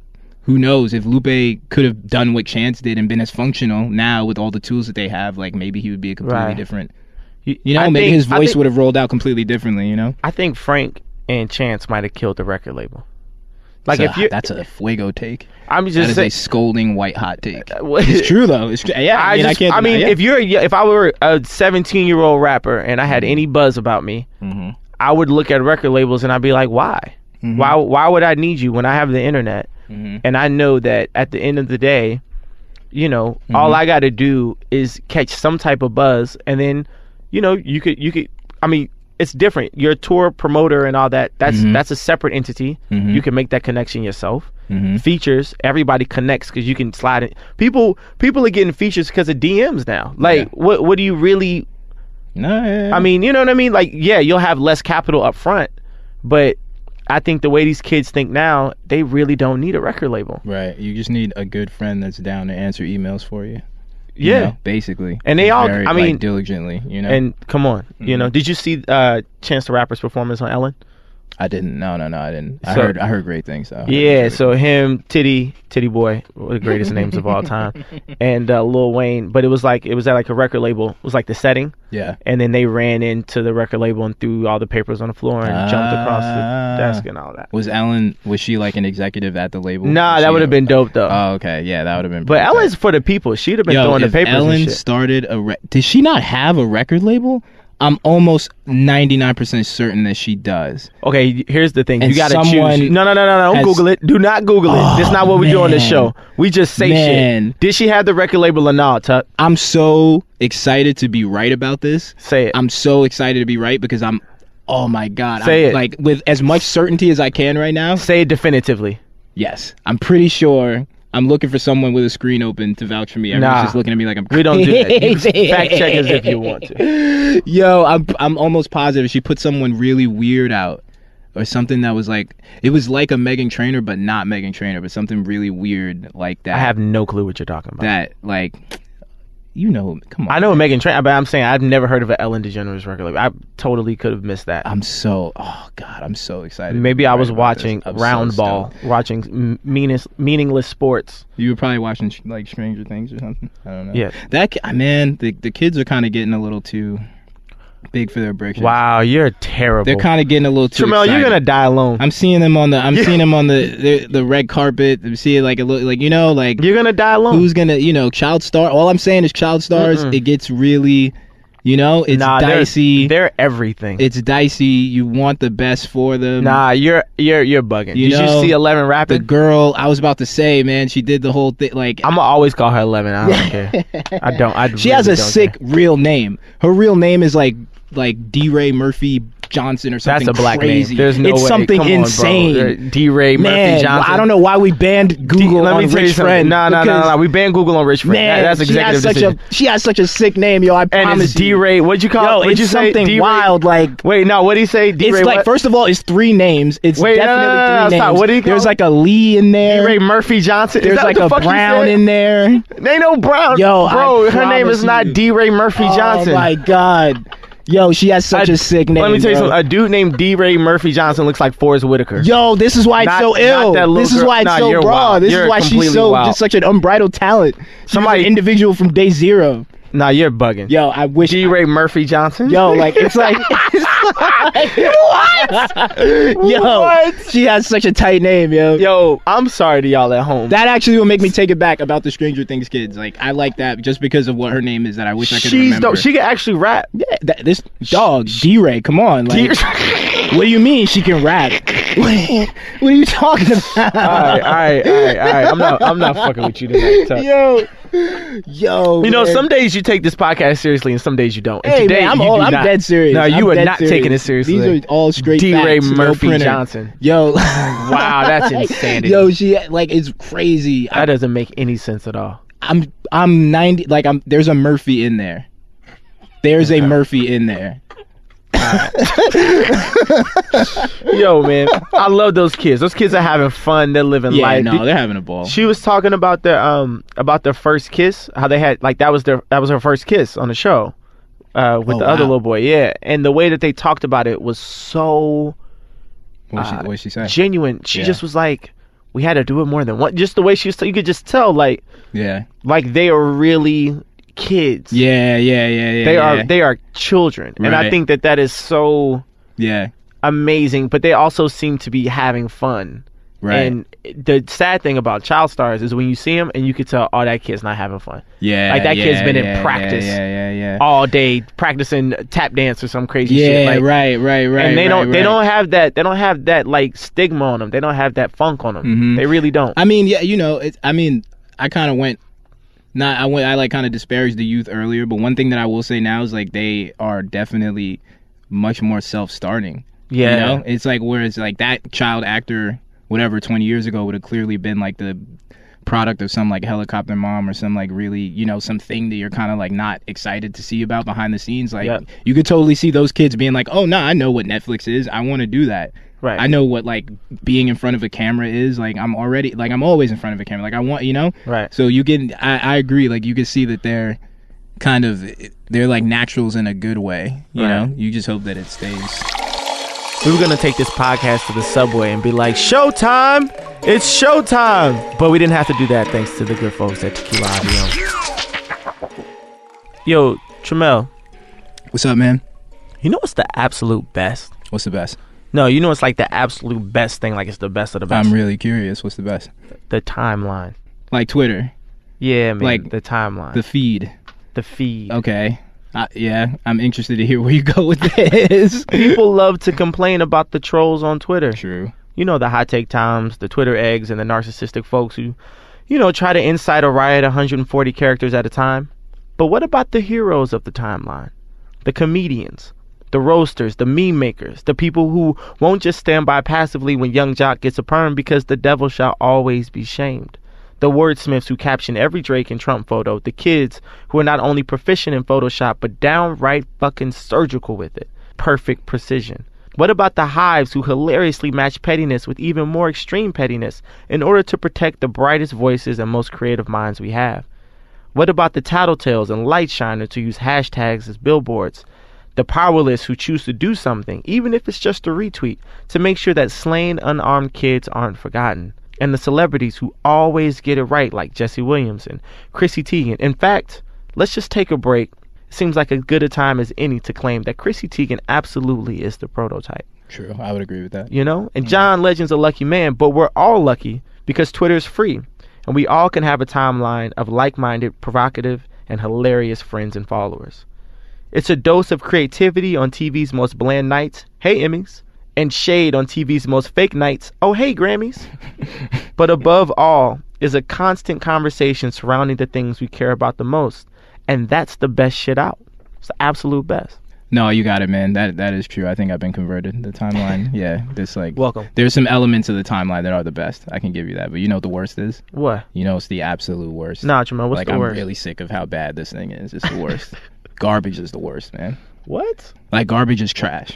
[SPEAKER 2] Who knows if Lupe could have done what Chance did and been as functional now with all the tools that they have? Like maybe he would be a completely
[SPEAKER 1] Right.
[SPEAKER 2] different.
[SPEAKER 1] You,
[SPEAKER 2] You know,
[SPEAKER 1] I
[SPEAKER 2] maybe
[SPEAKER 1] think-
[SPEAKER 2] his
[SPEAKER 1] I
[SPEAKER 2] voice
[SPEAKER 1] think-
[SPEAKER 2] would have rolled out completely differently. You know,
[SPEAKER 1] I think Frank and Chance might have killed the record label. Like
[SPEAKER 2] That's
[SPEAKER 1] if
[SPEAKER 2] a-
[SPEAKER 1] you,
[SPEAKER 2] that's a fuego take.
[SPEAKER 1] I'm
[SPEAKER 2] That is
[SPEAKER 1] just saying.
[SPEAKER 2] a scolding white hot take.
[SPEAKER 1] Well,
[SPEAKER 2] It's true though. It's tr- yeah. I,
[SPEAKER 1] I,
[SPEAKER 2] mean,
[SPEAKER 1] just,
[SPEAKER 2] I can't. deny-
[SPEAKER 1] mean,
[SPEAKER 2] yeah.
[SPEAKER 1] if you're, a y- if I were a 17 year old rapper and I had
[SPEAKER 2] Mm-hmm.
[SPEAKER 1] any buzz about me,
[SPEAKER 2] Mhm.
[SPEAKER 1] I would look at record labels and I'd be like, why?
[SPEAKER 2] Mhm.
[SPEAKER 1] Why? Why would I need you when I have the internet?
[SPEAKER 2] Mhm.
[SPEAKER 1] And I know that at the end of the day, you know, all I got to do is catch some type of buzz, and then, you know, you could, you could. I mean, it's different. You're a tour promoter and all that. That's
[SPEAKER 2] Mhm.
[SPEAKER 1] that's a separate entity.
[SPEAKER 2] Mhm.
[SPEAKER 1] You can make that connection yourself
[SPEAKER 2] Mhm.
[SPEAKER 1] features. Everybody connects because you can slide it. People people are getting features because of DMs now. Like,
[SPEAKER 2] Yeah.
[SPEAKER 1] what what do you really?
[SPEAKER 2] No, yeah,
[SPEAKER 1] I mean, you know what I mean? Like, yeah, you'll have less capital up front, but I think the way these kids think now, they really don't need a record label.
[SPEAKER 2] Right. You just need a good friend that's down to answer emails for you. you
[SPEAKER 1] Yeah.
[SPEAKER 2] know, basically.
[SPEAKER 1] And they all- I
[SPEAKER 2] like,
[SPEAKER 1] mean-
[SPEAKER 2] diligently, you know.
[SPEAKER 1] And come on,
[SPEAKER 2] Mm-hmm.
[SPEAKER 1] you know, did you see uh Chance the Rapper's performance on Ellen?
[SPEAKER 2] I didn't. No, no, no, I didn't. I
[SPEAKER 1] So-
[SPEAKER 2] heard I heard great things though. I heard
[SPEAKER 1] Yeah,
[SPEAKER 2] great
[SPEAKER 1] so him, Titty, Titty Boy, one of the greatest names of all time, and uh, Lil Wayne. But it was like it was at like a record label. It was like the setting,
[SPEAKER 2] things. Yeah.
[SPEAKER 1] and then they ran into the record label and threw all the papers on the floor and jumped across
[SPEAKER 2] Ah.
[SPEAKER 1] the desk and all that.
[SPEAKER 2] Was Ellen was she like an executive at the label?
[SPEAKER 1] Nah,
[SPEAKER 2] Was
[SPEAKER 1] that
[SPEAKER 2] she
[SPEAKER 1] would have
[SPEAKER 2] a-
[SPEAKER 1] been dope though.
[SPEAKER 2] Oh, okay. Yeah, that would have been
[SPEAKER 1] but
[SPEAKER 2] pretty
[SPEAKER 1] Ellen's for the people. She'd have been
[SPEAKER 2] Yo,
[SPEAKER 1] throwing the
[SPEAKER 2] if
[SPEAKER 1] papers
[SPEAKER 2] Ellen
[SPEAKER 1] and shit.
[SPEAKER 2] started a re- did she not have a record label? I'm almost 99% certain that she does.
[SPEAKER 1] Okay, here's the thing.
[SPEAKER 2] And
[SPEAKER 1] You got to
[SPEAKER 2] someone
[SPEAKER 1] choose. No, no, no, no, no. Don't
[SPEAKER 2] has-
[SPEAKER 1] Google it. Do not Google it.
[SPEAKER 2] Oh,
[SPEAKER 1] That's not what we do on this
[SPEAKER 2] man.
[SPEAKER 1] show. We just say
[SPEAKER 2] Man.
[SPEAKER 1] shit. Did she have the record label or not, Tuck?
[SPEAKER 2] I'm so excited to be right about this.
[SPEAKER 1] Say it.
[SPEAKER 2] I'm so excited to be right because I'm oh my god.
[SPEAKER 1] Say
[SPEAKER 2] I'm,
[SPEAKER 1] it.
[SPEAKER 2] Like with as much certainty as I can right now.
[SPEAKER 1] say it definitively.
[SPEAKER 2] Yes. I'm pretty sure I'm looking for someone with a screen open to vouch for me. Everyone's
[SPEAKER 1] Nah.
[SPEAKER 2] just looking at me like I'm
[SPEAKER 1] We don't do that. You can fact check us if you want to.
[SPEAKER 2] Yo, I'm I'm almost positive she put someone really weird out or something that was like it was like a Megan Trainer but not Megan Trainer, but something really weird like that.
[SPEAKER 1] I have no clue what you're talking about.
[SPEAKER 2] that like you know, come on.
[SPEAKER 1] I know Megan Trainor, but I'm saying I've never heard of an Ellen DeGeneres record label. I totally could have missed that.
[SPEAKER 2] I'm so oh god, I'm so excited.
[SPEAKER 1] Maybe
[SPEAKER 2] to
[SPEAKER 1] I
[SPEAKER 2] write
[SPEAKER 1] was
[SPEAKER 2] about this.
[SPEAKER 1] watching
[SPEAKER 2] I'm so
[SPEAKER 1] round ball,
[SPEAKER 2] stoked.
[SPEAKER 1] watching m- meaningless, meaningless sports.
[SPEAKER 2] You were probably watching sh- like Stranger Things or something. I don't know.
[SPEAKER 1] Yeah.
[SPEAKER 2] That ki- ah, man, the the kids are kind of getting a little too big for their britches.
[SPEAKER 1] Wow, you're terrible.
[SPEAKER 2] They're kind of getting a little too.
[SPEAKER 1] Tramel, you're
[SPEAKER 2] excited.
[SPEAKER 1] gonna die alone.
[SPEAKER 2] I'm seeing them on the. I'm
[SPEAKER 1] Yeah.
[SPEAKER 2] seeing them on the, the the red carpet. I'm seeing like a little like you know like
[SPEAKER 1] you're gonna die alone.
[SPEAKER 2] who's gonna you know child star. All I'm saying is child stars.
[SPEAKER 1] Mm-mm.
[SPEAKER 2] It gets really, you know, it's
[SPEAKER 1] nah, they're-
[SPEAKER 2] dicey.
[SPEAKER 1] They're, everything.
[SPEAKER 2] it's dicey. You want the best for them.
[SPEAKER 1] nah, you're you're you're bugging.
[SPEAKER 2] You
[SPEAKER 1] You Did
[SPEAKER 2] know,
[SPEAKER 1] you see Eleven
[SPEAKER 2] The
[SPEAKER 1] rapping?
[SPEAKER 2] girl, I was about to say, man, she did the whole thing. Like,
[SPEAKER 1] I'ma always call her Eleven. I don't care. I don't. I
[SPEAKER 2] she
[SPEAKER 1] really
[SPEAKER 2] has a
[SPEAKER 1] don't
[SPEAKER 2] sick
[SPEAKER 1] care.
[SPEAKER 2] real name. Her real name is like like D. Ray Murphy Johnson or
[SPEAKER 1] That's
[SPEAKER 2] something
[SPEAKER 1] a black
[SPEAKER 2] crazy.
[SPEAKER 1] name. There's no
[SPEAKER 2] it's
[SPEAKER 1] way.
[SPEAKER 2] something
[SPEAKER 1] Come on, bro.
[SPEAKER 2] insane.
[SPEAKER 1] D. Ray Murphy
[SPEAKER 2] Man,
[SPEAKER 1] Johnson.
[SPEAKER 2] I don't know why we banned
[SPEAKER 1] D-
[SPEAKER 2] Google on Rich Friend.
[SPEAKER 1] No, no, no,
[SPEAKER 2] because-
[SPEAKER 1] no. We banned Google on Rich Friend.
[SPEAKER 2] Man,
[SPEAKER 1] That- that's
[SPEAKER 2] she has
[SPEAKER 1] executive
[SPEAKER 2] such
[SPEAKER 1] decision.
[SPEAKER 2] a she has such a sick name, yo. I
[SPEAKER 1] and
[SPEAKER 2] promise
[SPEAKER 1] it's D.
[SPEAKER 2] you.
[SPEAKER 1] Ray. What'd you call?
[SPEAKER 2] Yo,
[SPEAKER 1] what'd
[SPEAKER 2] it's
[SPEAKER 1] you say?
[SPEAKER 2] something
[SPEAKER 1] D-Ray?
[SPEAKER 2] wild. Like
[SPEAKER 1] Wait, no. What'd he say? D.
[SPEAKER 2] it's
[SPEAKER 1] Ray.
[SPEAKER 2] like
[SPEAKER 1] what?
[SPEAKER 2] first of all, it's three names. It's
[SPEAKER 1] Wait, no, no,
[SPEAKER 2] definitely
[SPEAKER 1] no, no,
[SPEAKER 2] three
[SPEAKER 1] stop.
[SPEAKER 2] names.
[SPEAKER 1] What do you call
[SPEAKER 2] There's
[SPEAKER 1] it?
[SPEAKER 2] like a Lee in
[SPEAKER 1] D.
[SPEAKER 2] there.
[SPEAKER 1] Ray Murphy Johnson. Is
[SPEAKER 2] There's
[SPEAKER 1] that
[SPEAKER 2] like
[SPEAKER 1] what
[SPEAKER 2] a
[SPEAKER 1] the fuck you
[SPEAKER 2] Brown
[SPEAKER 1] said?
[SPEAKER 2] in there.
[SPEAKER 1] They ain't no Brown.
[SPEAKER 2] Yo, I
[SPEAKER 1] bro, her name
[SPEAKER 2] promise
[SPEAKER 1] is not
[SPEAKER 2] you.
[SPEAKER 1] D. Ray Murphy Johnson.
[SPEAKER 2] Oh my god, yo, she has such a
[SPEAKER 1] I-
[SPEAKER 2] sick name.
[SPEAKER 1] Let me tell you
[SPEAKER 2] bro.
[SPEAKER 1] something. A dude named D. Ray Murphy Johnson looks like Forrest Whitaker.
[SPEAKER 2] Yo, this is why it's
[SPEAKER 1] Not-
[SPEAKER 2] so
[SPEAKER 1] not
[SPEAKER 2] ill.
[SPEAKER 1] that little
[SPEAKER 2] This is
[SPEAKER 1] girl-
[SPEAKER 2] why it's
[SPEAKER 1] Nah,
[SPEAKER 2] so
[SPEAKER 1] you're
[SPEAKER 2] raw.
[SPEAKER 1] wild.
[SPEAKER 2] This
[SPEAKER 1] You're
[SPEAKER 2] is why she's
[SPEAKER 1] completely
[SPEAKER 2] so
[SPEAKER 1] wild.
[SPEAKER 2] just such an unbridled talent. She's
[SPEAKER 1] Somebody-
[SPEAKER 2] an individual from day zero.
[SPEAKER 1] Nah, you're bugging.
[SPEAKER 2] Yo, I wish.
[SPEAKER 1] D. Ray Murphy Johnson.
[SPEAKER 2] Yo, like it's like
[SPEAKER 1] what?
[SPEAKER 2] yo,
[SPEAKER 1] What?
[SPEAKER 2] she has such a tight name, yo.
[SPEAKER 1] Yo, I'm sorry to y'all at home.
[SPEAKER 2] That actually will make me take it back about the Stranger Things kids. Like I like that just because of what her name is that I wish I could
[SPEAKER 1] She's
[SPEAKER 2] remember.
[SPEAKER 1] dope. She can actually rap.
[SPEAKER 2] yeah, that, this dog D-Ray, come on. Like,
[SPEAKER 1] D-
[SPEAKER 2] what do you mean she can rap? what are you talking about?
[SPEAKER 1] all right, all right, all right, all right. I'm not, I'm not fucking with you tonight. Tuck.
[SPEAKER 2] yo, yo.
[SPEAKER 1] You know,
[SPEAKER 2] man.
[SPEAKER 1] some days you take this podcast seriously, and some days you don't. And
[SPEAKER 2] Hey
[SPEAKER 1] today,
[SPEAKER 2] man, I'm,
[SPEAKER 1] you
[SPEAKER 2] all,
[SPEAKER 1] do
[SPEAKER 2] I'm
[SPEAKER 1] not.
[SPEAKER 2] dead serious.
[SPEAKER 1] No, you
[SPEAKER 2] I'm
[SPEAKER 1] are
[SPEAKER 2] dead
[SPEAKER 1] not taking it seriously.
[SPEAKER 2] These are all straight
[SPEAKER 1] D. Ray
[SPEAKER 2] facts, no
[SPEAKER 1] Murphy
[SPEAKER 2] printer.
[SPEAKER 1] Johnson.
[SPEAKER 2] Yo,
[SPEAKER 1] Wow, that's insanity.
[SPEAKER 2] Yo, she like it's crazy.
[SPEAKER 1] that
[SPEAKER 2] I,
[SPEAKER 1] doesn't make any sense at all.
[SPEAKER 2] I'm I'm ninety. Like I'm there's a Murphy in there. There's a Murphy in there.
[SPEAKER 1] Yo, man, I love those kids. Those kids are having fun. They're living
[SPEAKER 2] Yeah,
[SPEAKER 1] life.
[SPEAKER 2] no, they're having a ball.
[SPEAKER 1] She was talking about their um about their first kiss. How they had like that was their that was her first kiss on the show, uh, with
[SPEAKER 2] Oh,
[SPEAKER 1] the other
[SPEAKER 2] wow.
[SPEAKER 1] little boy. Yeah, and the way that they talked about it was so
[SPEAKER 2] What she,
[SPEAKER 1] uh,
[SPEAKER 2] what she say?
[SPEAKER 1] genuine. She
[SPEAKER 2] Yeah.
[SPEAKER 1] just was like, we had to do it more than one. Just the way she was. You could just tell like
[SPEAKER 2] yeah,
[SPEAKER 1] like they are really kids.
[SPEAKER 2] yeah, yeah, yeah, yeah.
[SPEAKER 1] they
[SPEAKER 2] yeah,
[SPEAKER 1] are they are children, and I
[SPEAKER 2] Right.
[SPEAKER 1] think that that is so
[SPEAKER 2] yeah,
[SPEAKER 1] amazing. But they also seem to be having fun.
[SPEAKER 2] right.
[SPEAKER 1] And the sad thing about child stars is when you see them and you can tell, oh, that kid's not having fun
[SPEAKER 2] yeah,
[SPEAKER 1] like, that
[SPEAKER 2] yeah,
[SPEAKER 1] kid's been in
[SPEAKER 2] yeah, yeah,
[SPEAKER 1] practice.
[SPEAKER 2] Yeah, yeah, yeah.
[SPEAKER 1] all day practicing tap dance or some crazy
[SPEAKER 2] yeah,
[SPEAKER 1] shit. Like,
[SPEAKER 2] right, right, right.
[SPEAKER 1] and they
[SPEAKER 2] right,
[SPEAKER 1] don't they
[SPEAKER 2] right.
[SPEAKER 1] don't have that they don't have that like stigma on them. They don't have that funk on them.
[SPEAKER 2] Mhm.
[SPEAKER 1] They really don't.
[SPEAKER 2] I mean, yeah, you know, it's, I mean, I kind of went. Not I went. I like kind of disparaged the youth earlier, but one thing that I will say now is like they are definitely much more self-starting.
[SPEAKER 1] yeah.
[SPEAKER 2] You know, it's like whereas like that child actor, whatever, twenty years ago would have clearly been like the product of some like helicopter mom or some like really you know something that you're kind of like not excited to see about behind the scenes like
[SPEAKER 1] Yeah.
[SPEAKER 2] you could totally see those kids being like oh no i know what netflix is i want to do that
[SPEAKER 1] Right.
[SPEAKER 2] I know what like being in front of a camera is. Like I'm already like I'm always in front of a camera. Like I want you know.
[SPEAKER 1] Right.
[SPEAKER 2] So you can I, I agree. Like you can see that they're kind of they're like naturals in a good way. You
[SPEAKER 1] Right.
[SPEAKER 2] know. You just hope that it stays.
[SPEAKER 1] We were gonna take this podcast to the subway and be like, Showtime! It's showtime! But we didn't have to do that thanks to the good folks at Tequila Audio. Yo, Tramel,
[SPEAKER 2] What's up, man?
[SPEAKER 1] you know what's the absolute best?
[SPEAKER 2] What's the best?
[SPEAKER 1] No, you know it's like the absolute best thing, like it's the best of the best.
[SPEAKER 2] I'm really curious. What's the best?
[SPEAKER 1] the timeline.
[SPEAKER 2] Like Twitter,
[SPEAKER 1] Yeah, man.
[SPEAKER 2] Like,
[SPEAKER 1] the timeline.
[SPEAKER 2] the
[SPEAKER 1] The,
[SPEAKER 2] feed.
[SPEAKER 1] feed.
[SPEAKER 2] Okay. I, yeah, I'm interested to hear where you go with this.
[SPEAKER 1] People love to complain about the trolls on Twitter.
[SPEAKER 2] True.
[SPEAKER 1] You know, the high take times, the Twitter eggs, and the narcissistic folks who, you know, try to incite a riot 140 characters at a time. But what about the heroes of the timeline? The comedians, the roasters, the meme makers, the people who won't just stand by passively when Young Jock gets a perm because the devil shall always be shamed. The wordsmiths who caption every Drake and Trump photo, the kids who are not only proficient in Photoshop but downright fucking surgical with it. Perfect precision. What about the hives who hilariously match pettiness with even more extreme pettiness in order to protect the brightest voices and most creative minds we have? What about the tattletales and light shiners who use hashtags as billboards? The powerless who choose to do something, even if it's just a retweet, to make sure that slain unarmed kids aren't forgotten. And the celebrities who always get it right, like Jesse Williams and Chrissy Teigen. In fact, let's just take a break. Seems like as good a time as any to claim that Chrissy Teigen absolutely is the prototype
[SPEAKER 2] True. I would agree with that.
[SPEAKER 1] you know?
[SPEAKER 2] Mm.
[SPEAKER 1] And John Legend's a lucky man, but we're all lucky because Twitter's free and we all can have a timeline of like minded, provocative, and hilarious friends and followers. It's a dose of creativity on TV's most bland nights, hey Emmys, and shade on TV's most fake nights, oh hey Grammys. but above all is a constant conversation surrounding the things we care about the most. And that's the best shit out. It's the absolute best.
[SPEAKER 2] No, you got it, man. That that is true. I think I've been converted. The timeline, yeah. This like
[SPEAKER 1] Welcome.
[SPEAKER 2] there's some elements of the timeline that are the best. I can give you that. But you know what the worst is?
[SPEAKER 1] What?
[SPEAKER 2] You know it's the absolute worst.
[SPEAKER 1] Nah, Jamal, what's
[SPEAKER 2] like
[SPEAKER 1] the
[SPEAKER 2] I'm
[SPEAKER 1] word?
[SPEAKER 2] really sick of how bad this thing is. It's the worst. garbage is the worst, man.
[SPEAKER 1] what?
[SPEAKER 2] Like garbage is trash.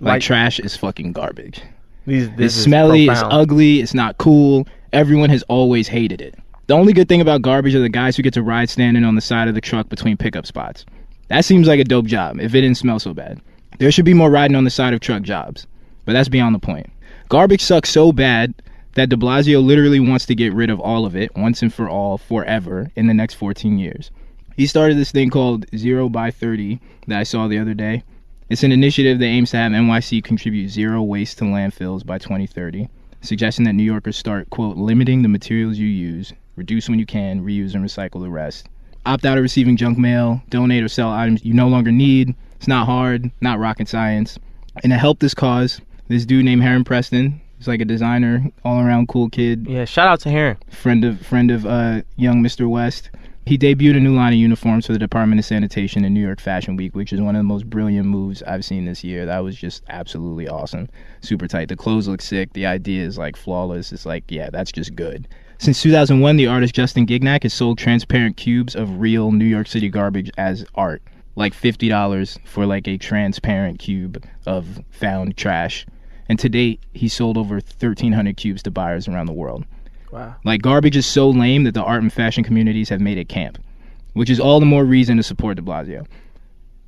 [SPEAKER 2] Like,
[SPEAKER 1] Like-
[SPEAKER 2] trash is fucking garbage.
[SPEAKER 1] These, this
[SPEAKER 2] It's
[SPEAKER 1] is
[SPEAKER 2] smelly, it's
[SPEAKER 1] profound.
[SPEAKER 2] ugly, it's not cool. Everyone has always hated it. The only good thing about garbage are the guys who get to ride standing on the side of the truck between pickup spots. That seems like a dope job if it didn't smell so bad. There should be more riding on the side of truck jobs, but that's beyond the point. Garbage sucks so bad that de Blasio literally wants to get rid of all of it once and for all, forever, in the next 14 years. He started this thing called Zero by 30 that I saw the other day. It's an initiative that aims to have NYC contribute zero waste to landfills by 2030, suggesting that New Yorkers start, quote, limiting the materials you use, reduce when you can, reuse and recycle the rest, opt out of receiving junk mail, donate or sell items you no longer need. It's not hard, not rocket science. And to help this cause, this dude named Heron Preston, he's like a designer, all around cool kid,
[SPEAKER 1] Yeah, shout out to Heron.
[SPEAKER 2] friend of friend of uh, young Mr. West. He debuted a new line of uniforms for the Department of Sanitation in New York Fashion Week, which is one of the most brilliant moves I've seen this year. That was just absolutely awesome. Super tight. The clothes look sick. The idea is like flawless. It's like, yeah, that's just good. Since 2001, the artist Justin Gignac has sold transparent cubes of real New York City garbage as art. Like $50 for like a transparent cube of found trash. And to date, he sold over 1,300 cubes to buyers around the world.
[SPEAKER 1] Wow.
[SPEAKER 2] Like garbage is so lame that the art and fashion communities have made it camp, which is all the more reason to support De Blasio.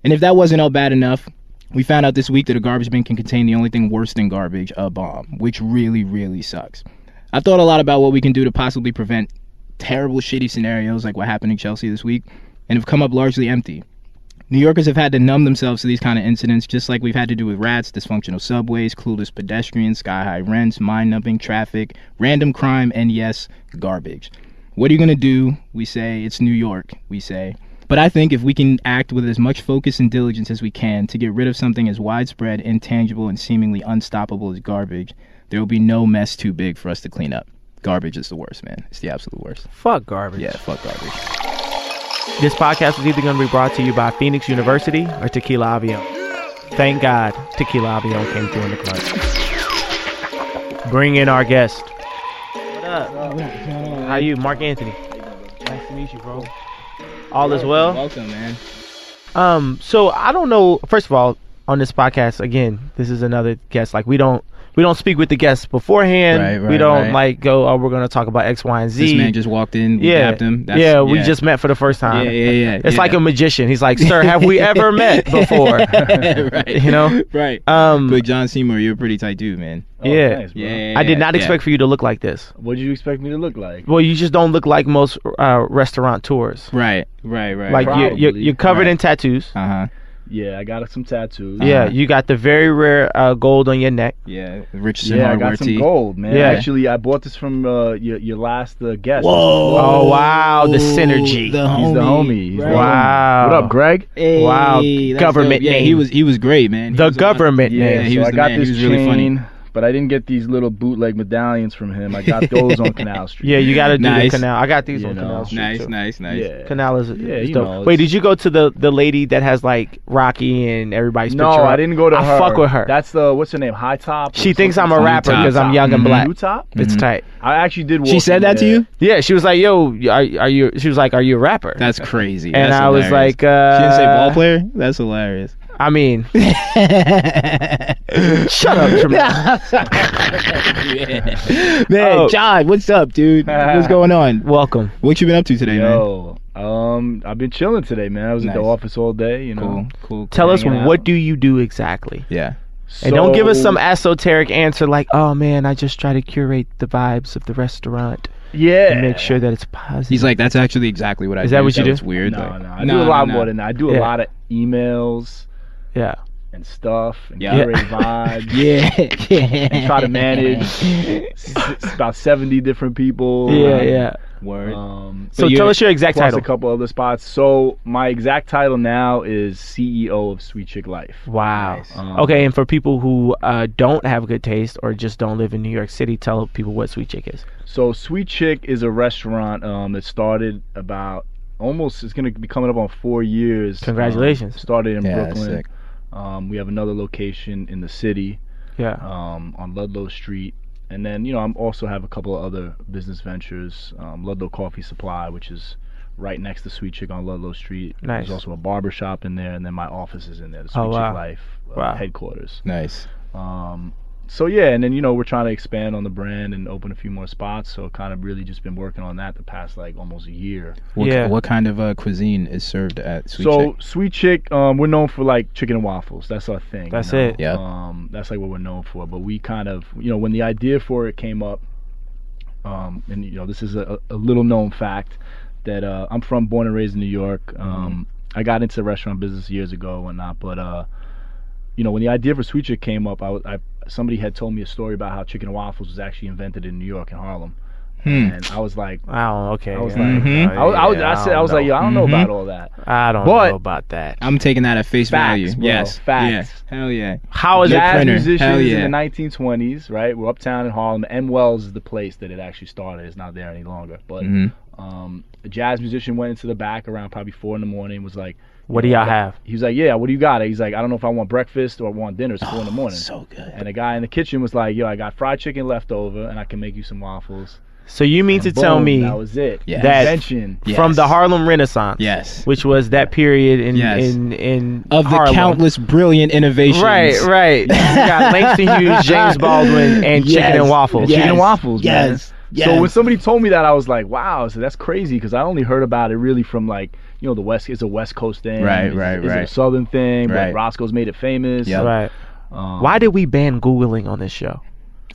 [SPEAKER 2] And if that wasn't all bad enough, we found out this week that a garbage bin can contain the only thing worse than garbage, a bomb, which really, really sucks. I've thought a lot about what we can do to possibly prevent terrible, shitty scenarios like what happened in Chelsea this week, and have come up largely empty. New Yorkers have had to numb themselves to these kind of incidents, just like we've had to do with rats, dysfunctional subways, clueless pedestrians, sky high rents, mind numbing traffic, random crime, and yes, garbage. What are you going to do? We say, it's New York, we say. But I think if we can act with as much focus and diligence as we can to get rid of something as widespread, intangible, and seemingly unstoppable as garbage, there will be no mess too big for us to clean up. Garbage is the worst, man. It's the absolute worst.
[SPEAKER 1] Fuck garbage.
[SPEAKER 2] Yeah, fuck garbage.
[SPEAKER 1] This podcast is either going to be brought to you by Phoenix University or Tequila Avion. Thank God Tequila Avion came through in the clutch. Bring in our guest. What up? How you? Mark Anthony. Nice to meet you, bro. All is well.
[SPEAKER 2] Welcome, man.
[SPEAKER 1] Um, so I don't know. First of all, on this podcast, again, this is another guest. Like we don't we don't speak with the guests beforehand.
[SPEAKER 2] Right, right,
[SPEAKER 1] we don't
[SPEAKER 2] right.
[SPEAKER 1] like go. Oh, we're gonna talk about X, Y, and Z.
[SPEAKER 2] This man just walked in. We
[SPEAKER 1] yeah,
[SPEAKER 2] tapped him. That's-
[SPEAKER 1] yeah, we just met for the first
[SPEAKER 2] Yeah,
[SPEAKER 1] time.
[SPEAKER 2] yeah, yeah.
[SPEAKER 1] It's
[SPEAKER 2] yeah.
[SPEAKER 1] like a magician. He's like, "Sir, have we ever met before?"
[SPEAKER 2] right.
[SPEAKER 1] You know?
[SPEAKER 2] Right.
[SPEAKER 1] Um,
[SPEAKER 2] but John Seymour, you're a pretty tight dude, man.
[SPEAKER 3] Oh,
[SPEAKER 1] Yeah.
[SPEAKER 3] thanks, bro.
[SPEAKER 2] Yeah.
[SPEAKER 1] I did not
[SPEAKER 2] yeah.
[SPEAKER 1] expect for you to look like this.
[SPEAKER 3] What did you expect me to look like?
[SPEAKER 1] Well, you just don't look like most uh, restaurateurs.
[SPEAKER 2] Right. Right. Right.
[SPEAKER 1] Like you, you're,
[SPEAKER 3] Probably.
[SPEAKER 1] you're covered
[SPEAKER 2] Right.
[SPEAKER 1] in tattoos.
[SPEAKER 2] Uh huh.
[SPEAKER 3] Yeah, I got some tattoos.
[SPEAKER 1] Yeah,
[SPEAKER 2] Uh-huh.
[SPEAKER 1] you got the very rare uh, gold on your neck.
[SPEAKER 2] Yeah. Richardson
[SPEAKER 3] Yeah, I
[SPEAKER 2] hardware
[SPEAKER 3] got some
[SPEAKER 2] tee.
[SPEAKER 3] gold, man.
[SPEAKER 1] Yeah.
[SPEAKER 3] Actually, I bought this from uh, your, your last uh, guest.
[SPEAKER 1] Oh, wow, the synergy.
[SPEAKER 2] The
[SPEAKER 3] He's the homie. He's the homie.
[SPEAKER 1] Wow.
[SPEAKER 3] What up, Greg?
[SPEAKER 2] Hey,
[SPEAKER 1] Wow,
[SPEAKER 2] that's
[SPEAKER 1] government
[SPEAKER 2] dope. Yeah, he
[SPEAKER 1] name.
[SPEAKER 2] was he was great, man. He
[SPEAKER 1] The
[SPEAKER 2] was a lot-
[SPEAKER 1] government
[SPEAKER 3] Yeah,
[SPEAKER 1] name.
[SPEAKER 2] he
[SPEAKER 3] so
[SPEAKER 2] was
[SPEAKER 3] I
[SPEAKER 2] the
[SPEAKER 3] got
[SPEAKER 2] man. He
[SPEAKER 3] this
[SPEAKER 2] was really funny.
[SPEAKER 3] chain, but I didn't get these little bootleg medallions from him. I got those on Canal Street.
[SPEAKER 1] Yeah, you got to do
[SPEAKER 2] Nice.
[SPEAKER 1] the canal. I got these
[SPEAKER 3] You
[SPEAKER 1] on
[SPEAKER 3] know.
[SPEAKER 1] Canal Street.
[SPEAKER 2] Nice,
[SPEAKER 1] too.
[SPEAKER 2] nice, nice.
[SPEAKER 3] Yeah.
[SPEAKER 1] Canal is,
[SPEAKER 3] Yeah,
[SPEAKER 1] is
[SPEAKER 3] you
[SPEAKER 1] dope.
[SPEAKER 3] know,
[SPEAKER 1] Wait,
[SPEAKER 3] it's-
[SPEAKER 1] did you go to the the lady that has like Rocky and everybody's
[SPEAKER 3] No,
[SPEAKER 1] picture?
[SPEAKER 3] I
[SPEAKER 1] up?
[SPEAKER 3] didn't go to
[SPEAKER 1] I
[SPEAKER 3] her.
[SPEAKER 1] fuck with her.
[SPEAKER 3] That's the what's her name? High top. or
[SPEAKER 1] she thinks I'm
[SPEAKER 3] something.
[SPEAKER 1] a
[SPEAKER 2] Blue
[SPEAKER 1] rapper
[SPEAKER 2] top.
[SPEAKER 1] because I'm young and
[SPEAKER 2] Mhm.
[SPEAKER 1] black.
[SPEAKER 3] Blue top.
[SPEAKER 1] It's tight.
[SPEAKER 3] I actually did. Walk
[SPEAKER 2] She said
[SPEAKER 3] in
[SPEAKER 2] that to
[SPEAKER 3] there.
[SPEAKER 2] you?
[SPEAKER 1] Mm. Yeah, she was like, "Yo, are, are you?" She was like, "Are you a rapper?"
[SPEAKER 2] That's crazy.
[SPEAKER 1] and
[SPEAKER 2] That's
[SPEAKER 1] I was
[SPEAKER 2] hilarious.
[SPEAKER 1] like, uh,
[SPEAKER 2] she didn't say ball player. That's hilarious.
[SPEAKER 1] I mean, shut up, Jamal.
[SPEAKER 2] Man,
[SPEAKER 1] Oh.
[SPEAKER 2] John, what's up, dude? What's going on?
[SPEAKER 1] Welcome.
[SPEAKER 2] What you been up to today,
[SPEAKER 3] Yo, um, I've been chilling today, man. I was at the
[SPEAKER 2] Nice.
[SPEAKER 3] office all day. You
[SPEAKER 2] man?
[SPEAKER 3] know.
[SPEAKER 2] Cool, cool.
[SPEAKER 1] Tell us
[SPEAKER 3] Hanging out.
[SPEAKER 1] what do you do exactly,
[SPEAKER 2] Yeah.
[SPEAKER 1] and don't give us
[SPEAKER 3] So-
[SPEAKER 1] some esoteric answer like, "Oh man, I just try to curate the vibes of the restaurant
[SPEAKER 3] yeah.
[SPEAKER 1] and make sure that it's positive."
[SPEAKER 2] He's like, that's actually exactly what I
[SPEAKER 1] Is
[SPEAKER 2] do.
[SPEAKER 1] that what you do?
[SPEAKER 2] It's weird.
[SPEAKER 3] No,
[SPEAKER 2] like-
[SPEAKER 3] no, I do a lot more than that. I do
[SPEAKER 1] Yeah.
[SPEAKER 3] a lot of emails
[SPEAKER 1] "Yeah,
[SPEAKER 3] and stuff and
[SPEAKER 2] Yeah.
[SPEAKER 3] curate vibes.
[SPEAKER 2] Yeah.
[SPEAKER 3] And try to manage s- s- about seventy different people.
[SPEAKER 1] yeah, yeah."
[SPEAKER 2] Word.
[SPEAKER 3] Um,
[SPEAKER 1] So
[SPEAKER 2] But you-
[SPEAKER 1] tell us your exact
[SPEAKER 3] plus
[SPEAKER 1] title.
[SPEAKER 3] a couple other spots. So my exact title now is CEO of Sweet Chick Life.
[SPEAKER 1] Wow.
[SPEAKER 2] Nice.
[SPEAKER 3] Um,
[SPEAKER 1] Okay, and for people who uh, don't have good taste or just don't live in New York City, tell people what Sweet Chick is.
[SPEAKER 3] So Sweet Chick is a restaurant um, that started about almost it's going to be coming up on four years. Um,
[SPEAKER 1] Congratulations.
[SPEAKER 3] started in
[SPEAKER 2] Yeah, that's
[SPEAKER 3] Brooklyn.
[SPEAKER 2] sick.
[SPEAKER 3] Um, we have another location in the city
[SPEAKER 1] Yeah.
[SPEAKER 3] um, on Ludlow Street. And then, you know, I am also have a couple of other business ventures. Um, Ludlow Coffee Supply, which is right next to Sweet Chick on Ludlow Street.
[SPEAKER 1] Nice.
[SPEAKER 3] There's also a barber shop in there, and then my office is in there, the Sweet
[SPEAKER 1] Oh, wow.
[SPEAKER 3] Chick Life uh,
[SPEAKER 1] Wow.
[SPEAKER 3] headquarters.
[SPEAKER 2] Nice.
[SPEAKER 3] Um, so, yeah, and then, you know, we're trying to expand on the brand and open a few more spots. So, kind of really just been working on that the past, like, almost a year.
[SPEAKER 2] What,
[SPEAKER 1] Yeah.
[SPEAKER 2] What kind of uh, cuisine is served at Sweet
[SPEAKER 3] so,
[SPEAKER 2] Chick?
[SPEAKER 3] Sweet Chick, um, we're known for, like, chicken and waffles. That's our thing. you
[SPEAKER 1] That's
[SPEAKER 3] know?
[SPEAKER 1] it.
[SPEAKER 2] Yeah.
[SPEAKER 3] Um, that's like what we're known for. But we kind of, you know, when the idea for it came up, um, and you know, this is a, a little known fact that uh, I'm from, born and raised in New York. Um, I got into restaurant business years ago and whatnot, but uh, you know, when the idea for Sweet Chick came up, I, was- I somebody had told me a story about how chicken and waffles was actually invented in New York in Harlem,
[SPEAKER 2] Hmm.
[SPEAKER 3] and I was like.
[SPEAKER 1] Wow. Okay.
[SPEAKER 3] I was
[SPEAKER 1] yeah.
[SPEAKER 3] like,
[SPEAKER 2] Mhm.
[SPEAKER 3] Mm-hmm. I, was- I, was-
[SPEAKER 1] Yeah,
[SPEAKER 3] I said, I
[SPEAKER 1] don't
[SPEAKER 3] was like,
[SPEAKER 1] know.
[SPEAKER 3] yo, I don't know
[SPEAKER 2] Mhm.
[SPEAKER 3] about all that.
[SPEAKER 1] I don't
[SPEAKER 3] But-
[SPEAKER 1] know about that.
[SPEAKER 2] I'm taking that at face
[SPEAKER 3] Facts,
[SPEAKER 2] value.
[SPEAKER 3] bro.
[SPEAKER 2] yes.
[SPEAKER 3] Facts.
[SPEAKER 2] Yeah. Hell yeah.
[SPEAKER 1] How is
[SPEAKER 2] Big
[SPEAKER 1] that?
[SPEAKER 3] jazz
[SPEAKER 2] printer. Hell
[SPEAKER 3] musicians
[SPEAKER 2] yeah.
[SPEAKER 3] in the 1920s, right? We're uptown in Harlem. M. Wells is the place that it actually started. It's not there any longer. But
[SPEAKER 2] Mhm.
[SPEAKER 3] um, a jazz musician went into the back around probably four in the morning. Was like,
[SPEAKER 1] What do y'all have?
[SPEAKER 3] he was like, yeah, what do you got? He's like, I don't know if I want breakfast or I want dinner. It's four in the morning.
[SPEAKER 2] Oh, So good.
[SPEAKER 3] and the guy in the kitchen was like, yo, I got fried chicken left over, and I can make you some waffles.
[SPEAKER 1] So you mean to
[SPEAKER 3] And
[SPEAKER 1] tell
[SPEAKER 3] boom,
[SPEAKER 1] me
[SPEAKER 3] that was it?
[SPEAKER 2] Yes.
[SPEAKER 1] That-
[SPEAKER 3] invention.
[SPEAKER 2] Yes.
[SPEAKER 1] from the Harlem Renaissance,
[SPEAKER 2] Yes.
[SPEAKER 1] which was that period in
[SPEAKER 2] Yes.
[SPEAKER 1] in in
[SPEAKER 2] Of the
[SPEAKER 1] Harlem.
[SPEAKER 2] countless brilliant innovations.
[SPEAKER 1] Right, right. You got Langston Hughes, James Baldwin, and chicken and waffles.
[SPEAKER 3] Yes. Chicken and waffles, man.
[SPEAKER 2] Yes.
[SPEAKER 3] So when
[SPEAKER 2] yes.
[SPEAKER 3] somebody told me that, I was like, "Wow!" So that's crazy because I only heard about it really from like you know the West. It's a West Coast thing,
[SPEAKER 2] Right,
[SPEAKER 3] Is-
[SPEAKER 2] right,
[SPEAKER 3] is it a
[SPEAKER 2] right.
[SPEAKER 3] Southern thing, but
[SPEAKER 2] Right.
[SPEAKER 3] Roscoe's made it famous.
[SPEAKER 2] Yeah.
[SPEAKER 1] Right.
[SPEAKER 3] Um,
[SPEAKER 1] Why did we ban googling on this show?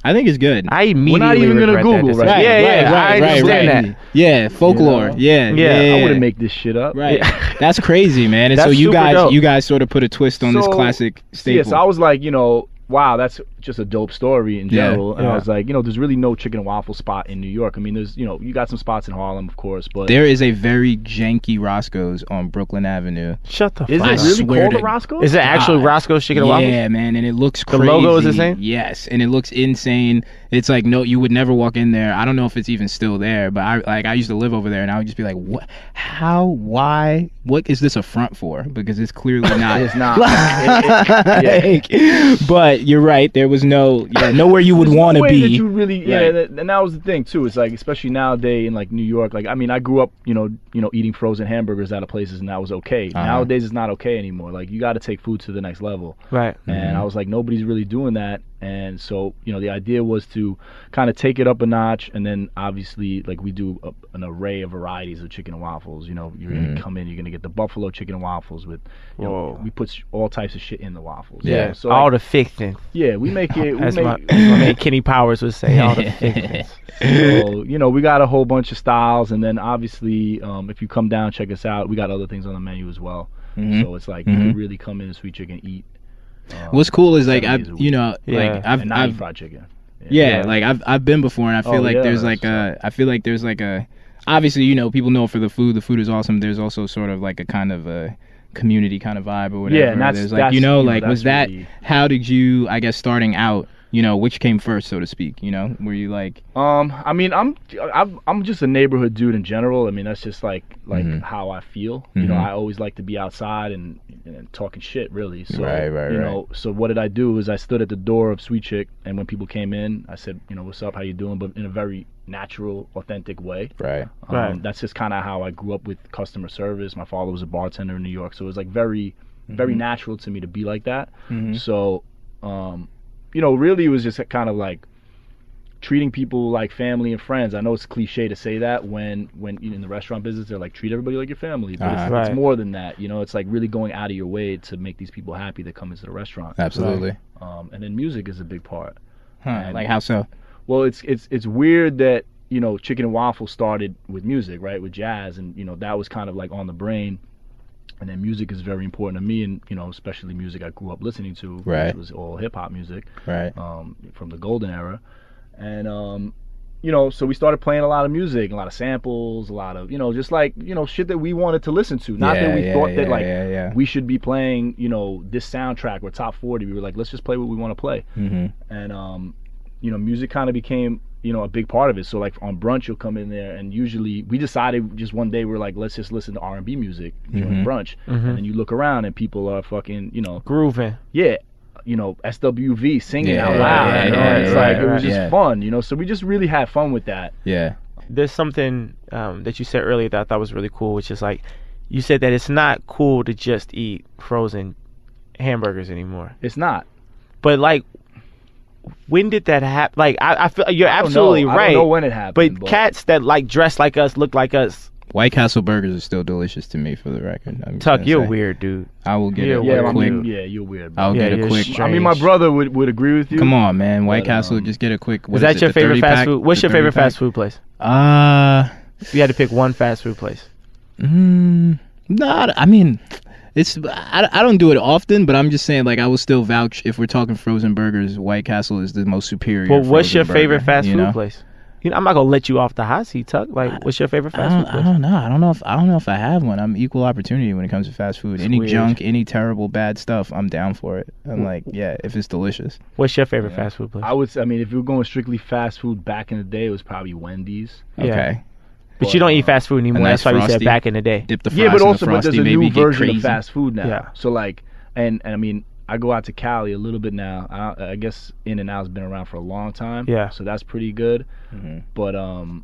[SPEAKER 2] I think it's good.
[SPEAKER 1] I immediately
[SPEAKER 3] even gonna
[SPEAKER 1] regret that
[SPEAKER 3] Google,
[SPEAKER 1] decision.
[SPEAKER 3] right?
[SPEAKER 1] Yeah, yeah, I understand that.
[SPEAKER 2] Yeah, folklore.
[SPEAKER 3] know?
[SPEAKER 2] Yeah,
[SPEAKER 1] Yeah,
[SPEAKER 2] yeah,
[SPEAKER 1] I
[SPEAKER 3] I wouldn't make this shit up.
[SPEAKER 2] Right, that's crazy, man. And so
[SPEAKER 1] That's
[SPEAKER 2] you
[SPEAKER 1] super
[SPEAKER 2] guys,
[SPEAKER 1] dope.
[SPEAKER 2] you guys sort of put a twist on this
[SPEAKER 3] So,
[SPEAKER 2] classic staple.
[SPEAKER 3] Yeah, so I was like, you know, wow, that's just a dope story in
[SPEAKER 2] Yeah,
[SPEAKER 3] general. and
[SPEAKER 1] yeah.
[SPEAKER 3] I was like, you know, there's really no chicken and waffle spot in New York. I mean, there's you know, you got some spots in Harlem, of course, but
[SPEAKER 2] there is a very janky Roscoe's on Brooklyn Avenue.
[SPEAKER 1] Shut the
[SPEAKER 3] is
[SPEAKER 1] fuck
[SPEAKER 3] it
[SPEAKER 2] I
[SPEAKER 1] up.
[SPEAKER 3] really
[SPEAKER 2] swear
[SPEAKER 3] called
[SPEAKER 2] to
[SPEAKER 3] a Roscoe?
[SPEAKER 1] Is it actually
[SPEAKER 2] God.
[SPEAKER 1] Roscoe's Chicken and Waffles?
[SPEAKER 2] yeah, man, and it looks
[SPEAKER 1] The
[SPEAKER 2] crazy.
[SPEAKER 1] logo is the same?
[SPEAKER 2] Yes, and it looks insane. It's like no, you would never walk in there. I don't know if it's even still there, but I like I used to live over there, and I would just be like, what? How? Why? What is this a front for? Because it's clearly not.
[SPEAKER 3] It's not. It- it-
[SPEAKER 2] Like, But you're right. There was no yeah, nowhere you would
[SPEAKER 3] There's no
[SPEAKER 2] want to
[SPEAKER 3] way
[SPEAKER 2] be.
[SPEAKER 3] That you really, yeah,
[SPEAKER 2] Right.
[SPEAKER 3] that- and that was the thing too. It's like especially nowadays in like New York. Like I mean, I grew up, you know, you know, eating frozen hamburgers out of places, and that was okay.
[SPEAKER 2] Uh-huh.
[SPEAKER 3] Nowadays, it's not okay anymore. Like you got to take food to the next level.
[SPEAKER 1] Right.
[SPEAKER 2] Mm-hmm.
[SPEAKER 3] And I was like, nobody's really doing that. And so, you know, the idea was to kind of take it up a notch. And then obviously, like, we do a, an array of varieties of chicken and waffles. You know, you're
[SPEAKER 2] Mm-hmm.
[SPEAKER 3] going to come in, you're going to get the buffalo chicken and waffles with, you
[SPEAKER 1] Whoa.
[SPEAKER 3] know, we put sh- all types of shit in the waffles.
[SPEAKER 2] Yeah.
[SPEAKER 3] So, like,
[SPEAKER 1] all the thick things.
[SPEAKER 3] yeah, we make it. We
[SPEAKER 1] As
[SPEAKER 3] make,
[SPEAKER 1] my, my man Kenny Powers would say, all the thick things.
[SPEAKER 3] so, you know, we got a whole bunch of styles, and then obviously, um, if you come down, check us out. We got other things on the menu as well.
[SPEAKER 2] Mhm.
[SPEAKER 3] So it's like you can really come in and sweet chicken eat. um,
[SPEAKER 2] What's cool is like
[SPEAKER 3] seven
[SPEAKER 2] I,
[SPEAKER 3] days a
[SPEAKER 2] you
[SPEAKER 3] week.
[SPEAKER 2] know,
[SPEAKER 1] Yeah.
[SPEAKER 2] like I've,
[SPEAKER 3] and not eat
[SPEAKER 2] I've
[SPEAKER 3] fried chicken.
[SPEAKER 2] yeah,
[SPEAKER 1] Yeah.
[SPEAKER 2] like I've I've been before, and I feel
[SPEAKER 3] Oh,
[SPEAKER 2] like
[SPEAKER 3] yeah,
[SPEAKER 2] there's like
[SPEAKER 3] that's-
[SPEAKER 2] a I feel like there's like a obviously you know people know it for the food. The food is awesome. There's also sort of like a kind of a community kind of vibe or whatever.
[SPEAKER 3] Yeah, and that's-
[SPEAKER 2] there's like
[SPEAKER 3] that's-
[SPEAKER 2] you know
[SPEAKER 3] you know,
[SPEAKER 2] like was that
[SPEAKER 3] that's really-
[SPEAKER 2] how did you I guess starting out you know which came first so to speak you know were you like
[SPEAKER 3] Um, I mean, I'm I'm I'm just a neighborhood dude in general. I mean, that's just like like
[SPEAKER 2] Mm-hmm.
[SPEAKER 3] how I feel. You know,
[SPEAKER 2] Mhm.
[SPEAKER 3] I always like to be outside and, and talking shit, really. So,
[SPEAKER 2] Right, right,
[SPEAKER 3] you
[SPEAKER 2] right.
[SPEAKER 3] know, so what did I do is I stood at the door of Sweet Chick, and when people came in, I said, you know, what's up? How you doing? But in a very natural, authentic way.
[SPEAKER 2] right
[SPEAKER 3] Um,
[SPEAKER 1] Right.
[SPEAKER 3] That's just kind of how I grew up with customer service. My father was a bartender in New York, so it was like very, very
[SPEAKER 1] Mm-hmm.
[SPEAKER 3] natural to me to be like that. So, um, you know, really, it was just kind of like treating people like family and friends. I know it's cliche to say that when when you know, in the restaurant business they're like treat everybody like your family, but it's,
[SPEAKER 1] Uh-huh.
[SPEAKER 3] it's
[SPEAKER 1] Right.
[SPEAKER 3] more than that. You know, it's like really going out of your way to make these people happy that come into the restaurant.
[SPEAKER 2] absolutely
[SPEAKER 3] Um, and then music is a big part.
[SPEAKER 2] huh, like how so
[SPEAKER 3] Well, it's it's it's weird that you know chicken and waffle started with music, right? With jazz, and you know that was kind of like on the brain. And then music is very important to me, and you know especially music I grew up listening to,
[SPEAKER 2] Right.
[SPEAKER 3] which was all hip hop music
[SPEAKER 2] right
[SPEAKER 3] um, from the golden era, and um, you know so we started playing a lot of music, a lot of samples, a lot of you know just like you know shit that we wanted to listen to. Not
[SPEAKER 2] Yeah,
[SPEAKER 3] that we
[SPEAKER 2] yeah,
[SPEAKER 3] thought that
[SPEAKER 2] yeah,
[SPEAKER 3] like
[SPEAKER 2] yeah, yeah.
[SPEAKER 3] we should be playing you know this soundtrack or top forty. We were like let's just play what we want to play
[SPEAKER 2] mm-hmm.
[SPEAKER 3] and um, you know, music kind of became you know a big part of it. So like on brunch, you'll come in there, and usually we decided just one day we're like, let's just listen to R and B music during
[SPEAKER 2] Mhm.
[SPEAKER 3] brunch,
[SPEAKER 1] Mm-hmm.
[SPEAKER 3] and then you look around and people are fucking, you know,
[SPEAKER 1] Grooving.
[SPEAKER 3] yeah, you know, SWV singing
[SPEAKER 2] Yeah,
[SPEAKER 3] out
[SPEAKER 2] yeah,
[SPEAKER 3] loud.
[SPEAKER 2] yeah,
[SPEAKER 3] you know?
[SPEAKER 2] yeah,
[SPEAKER 3] it's
[SPEAKER 1] yeah,
[SPEAKER 3] like
[SPEAKER 1] yeah,
[SPEAKER 3] it was
[SPEAKER 2] right.
[SPEAKER 3] just
[SPEAKER 2] Yeah.
[SPEAKER 3] fun, you know. So we just really had fun with that.
[SPEAKER 2] Yeah.
[SPEAKER 1] There's something um, that you said earlier that I thought was really cool, which is like you said that it's not cool to just eat frozen hamburgers anymore.
[SPEAKER 3] It's not.
[SPEAKER 1] But like, when did that happen? Like, I, I feel you're
[SPEAKER 3] I don't know.
[SPEAKER 1] absolutely
[SPEAKER 3] I
[SPEAKER 1] right.
[SPEAKER 3] don't know when it happened,
[SPEAKER 1] but cats that like dress like us, look like us.
[SPEAKER 2] White Castle burgers are still delicious to me, for the record. I'm just
[SPEAKER 1] Tuck,
[SPEAKER 2] gonna
[SPEAKER 1] you're
[SPEAKER 2] say.
[SPEAKER 1] weird, dude.
[SPEAKER 2] I will get
[SPEAKER 1] Yeah,
[SPEAKER 2] it
[SPEAKER 1] yeah,
[SPEAKER 3] Yeah,
[SPEAKER 1] I
[SPEAKER 2] quick.
[SPEAKER 1] mean,
[SPEAKER 3] yeah, you're weird. Bro.
[SPEAKER 2] I'll
[SPEAKER 1] Yeah,
[SPEAKER 2] get it
[SPEAKER 1] you're
[SPEAKER 2] quick.
[SPEAKER 1] strange.
[SPEAKER 3] I mean, my brother would, would agree with you.
[SPEAKER 2] Come on, man. White
[SPEAKER 3] But,
[SPEAKER 2] Castle,
[SPEAKER 3] um,
[SPEAKER 2] just get it quick. What
[SPEAKER 1] Is that
[SPEAKER 2] it,
[SPEAKER 1] your
[SPEAKER 2] the
[SPEAKER 1] favorite
[SPEAKER 2] 30
[SPEAKER 1] fast
[SPEAKER 2] pack?
[SPEAKER 1] food? What's
[SPEAKER 2] The
[SPEAKER 1] your favorite
[SPEAKER 2] 30 pack?
[SPEAKER 1] fast food place?
[SPEAKER 2] Uh,
[SPEAKER 1] If you had to pick one fast food place.
[SPEAKER 2] Mm, not. I mean, it's. I, I don't do it often, but I'm just saying. Like, I will still vouch if we're talking frozen burgers. White Castle is the most superior.
[SPEAKER 1] Well, what's
[SPEAKER 2] frozen
[SPEAKER 1] your favorite
[SPEAKER 2] burger,
[SPEAKER 1] fast
[SPEAKER 2] you
[SPEAKER 1] food
[SPEAKER 2] know?
[SPEAKER 1] place? You know, I'm not gonna let you off the hot seat, Tuck. Like, what's your favorite
[SPEAKER 2] I
[SPEAKER 1] fast
[SPEAKER 2] don't,
[SPEAKER 1] food
[SPEAKER 2] I
[SPEAKER 1] place?
[SPEAKER 2] don't know. I don't know if I don't know if I have one. I'm equal opportunity when it comes to fast food.
[SPEAKER 1] It's
[SPEAKER 2] any
[SPEAKER 1] weird.
[SPEAKER 2] junk, any terrible bad stuff, I'm down for it.
[SPEAKER 1] Mm.
[SPEAKER 2] I'm like, yeah, if it's delicious.
[SPEAKER 1] What's your favorite
[SPEAKER 3] Yeah.
[SPEAKER 1] fast food place?
[SPEAKER 3] I would. say- I mean, if you're going strictly fast food back in the day, it was probably Wendy's.
[SPEAKER 1] Yeah.
[SPEAKER 2] Okay,
[SPEAKER 1] but you don't eat fast food anymore.
[SPEAKER 2] nice
[SPEAKER 1] That's why you said
[SPEAKER 2] Frosty.
[SPEAKER 1] back in the day.
[SPEAKER 2] dip the fries
[SPEAKER 3] Yeah, but
[SPEAKER 2] in
[SPEAKER 3] also,
[SPEAKER 2] the
[SPEAKER 3] but
[SPEAKER 2] frosty,
[SPEAKER 3] there's a
[SPEAKER 2] maybe
[SPEAKER 3] new
[SPEAKER 2] get
[SPEAKER 3] version
[SPEAKER 2] crazy.
[SPEAKER 3] of fast food now.
[SPEAKER 1] Yeah.
[SPEAKER 3] So like, and and I mean, I go out to Cali a little bit now. I, I guess In and Out's been around for a long time.
[SPEAKER 1] Yeah.
[SPEAKER 3] So that's pretty good.
[SPEAKER 2] Mhm.
[SPEAKER 3] But um,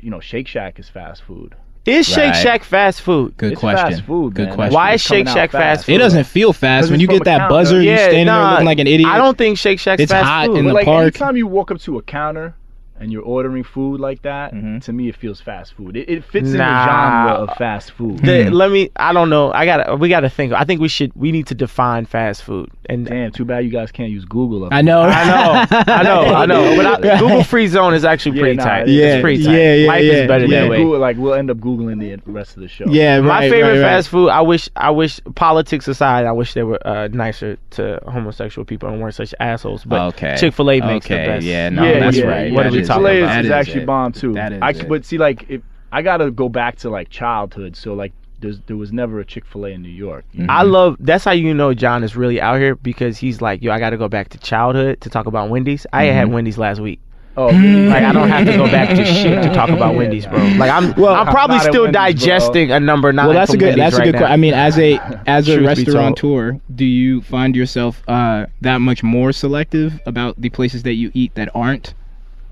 [SPEAKER 3] you know, Shake Shack is fast food.
[SPEAKER 1] Is Shake
[SPEAKER 2] Right.
[SPEAKER 1] Shack fast food?
[SPEAKER 2] Good
[SPEAKER 3] It's
[SPEAKER 2] question.
[SPEAKER 3] fast food,
[SPEAKER 2] Good
[SPEAKER 3] man.
[SPEAKER 2] question.
[SPEAKER 1] Why is
[SPEAKER 3] It's coming
[SPEAKER 1] Shake
[SPEAKER 3] out
[SPEAKER 1] Shack fast
[SPEAKER 3] fast.
[SPEAKER 1] food?
[SPEAKER 2] It doesn't feel fast
[SPEAKER 3] Because
[SPEAKER 2] when
[SPEAKER 3] it's
[SPEAKER 2] you
[SPEAKER 3] from
[SPEAKER 2] get that
[SPEAKER 3] account,
[SPEAKER 2] buzzer.
[SPEAKER 3] though.
[SPEAKER 2] you standing there
[SPEAKER 1] nah,
[SPEAKER 2] looking like an idiot.
[SPEAKER 1] I don't think Shake Shack's
[SPEAKER 2] It's
[SPEAKER 1] fast
[SPEAKER 2] hot
[SPEAKER 1] food.
[SPEAKER 2] in
[SPEAKER 3] But
[SPEAKER 2] the
[SPEAKER 3] like
[SPEAKER 2] park.
[SPEAKER 3] anytime you walk up to a counter and you're ordering food like that,
[SPEAKER 1] Mm-hmm.
[SPEAKER 2] Mhm.
[SPEAKER 3] to me it feels fast food. It, it fits in
[SPEAKER 1] Nah.
[SPEAKER 3] the genre of fast food.
[SPEAKER 1] The-
[SPEAKER 2] Hmm.
[SPEAKER 1] Let me. I don't know. I got. to We got to think. I think we should. We need to define fast food. And
[SPEAKER 3] Damn, too bad you guys can't use Google. Up
[SPEAKER 2] I know.
[SPEAKER 1] I know, I know, I know. But I, Google Free Zone is actually
[SPEAKER 3] Yeah,
[SPEAKER 1] pretty
[SPEAKER 3] nah,
[SPEAKER 1] tight.
[SPEAKER 3] yeah,
[SPEAKER 1] it's pretty tight.
[SPEAKER 2] yeah, yeah,
[SPEAKER 1] Life
[SPEAKER 2] yeah,
[SPEAKER 1] is better
[SPEAKER 2] yeah.
[SPEAKER 1] that way.
[SPEAKER 3] Google, like we'll end up googling the rest of the show.
[SPEAKER 2] Yeah,
[SPEAKER 1] My
[SPEAKER 2] right,
[SPEAKER 1] favorite
[SPEAKER 2] right, right.
[SPEAKER 1] fast food. I wish. I wish. Politics aside, I wish they were uh, nicer to homosexual people and weren't such assholes. But
[SPEAKER 2] Okay.
[SPEAKER 1] Chick Fil A makes
[SPEAKER 2] Okay,
[SPEAKER 1] the best.
[SPEAKER 2] yeah, no, that's right.
[SPEAKER 1] What
[SPEAKER 2] Yeah,
[SPEAKER 1] are we talking
[SPEAKER 2] Chick-fil-A
[SPEAKER 1] about?
[SPEAKER 3] Chick-fil-A is-
[SPEAKER 2] That
[SPEAKER 3] Is,
[SPEAKER 2] is
[SPEAKER 3] actually
[SPEAKER 2] it.
[SPEAKER 3] bomb too.
[SPEAKER 2] That is
[SPEAKER 3] I,
[SPEAKER 2] it.
[SPEAKER 3] But see, like, if, I gotta go back to like childhood. So like, there's, there was never a Chick Fil A in New York.
[SPEAKER 2] Mm.
[SPEAKER 3] you know?
[SPEAKER 1] I
[SPEAKER 2] Mm-hmm.
[SPEAKER 1] love. That's how you know John is really out here because he's like, yo, I got to go back to childhood to talk about Wendy's. I
[SPEAKER 2] Mm-hmm.
[SPEAKER 1] had Wendy's last week.
[SPEAKER 3] Oh, really?
[SPEAKER 2] Mm.
[SPEAKER 1] Like I don't have to go back to shit to talk about Wendy's, bro. Like I'm,
[SPEAKER 2] Well,
[SPEAKER 1] I'm probably
[SPEAKER 3] not at
[SPEAKER 1] still
[SPEAKER 3] Wendy's, bro.
[SPEAKER 1] digesting a number nine.
[SPEAKER 2] well, that's a
[SPEAKER 1] from
[SPEAKER 2] good.
[SPEAKER 1] Wendy's
[SPEAKER 2] That's a
[SPEAKER 1] right
[SPEAKER 2] good.
[SPEAKER 1] now.
[SPEAKER 2] que- I mean, as a as a
[SPEAKER 1] Truth be told.
[SPEAKER 2] restaurateur, do you find yourself uh, that much more selective about the places that you eat that aren't,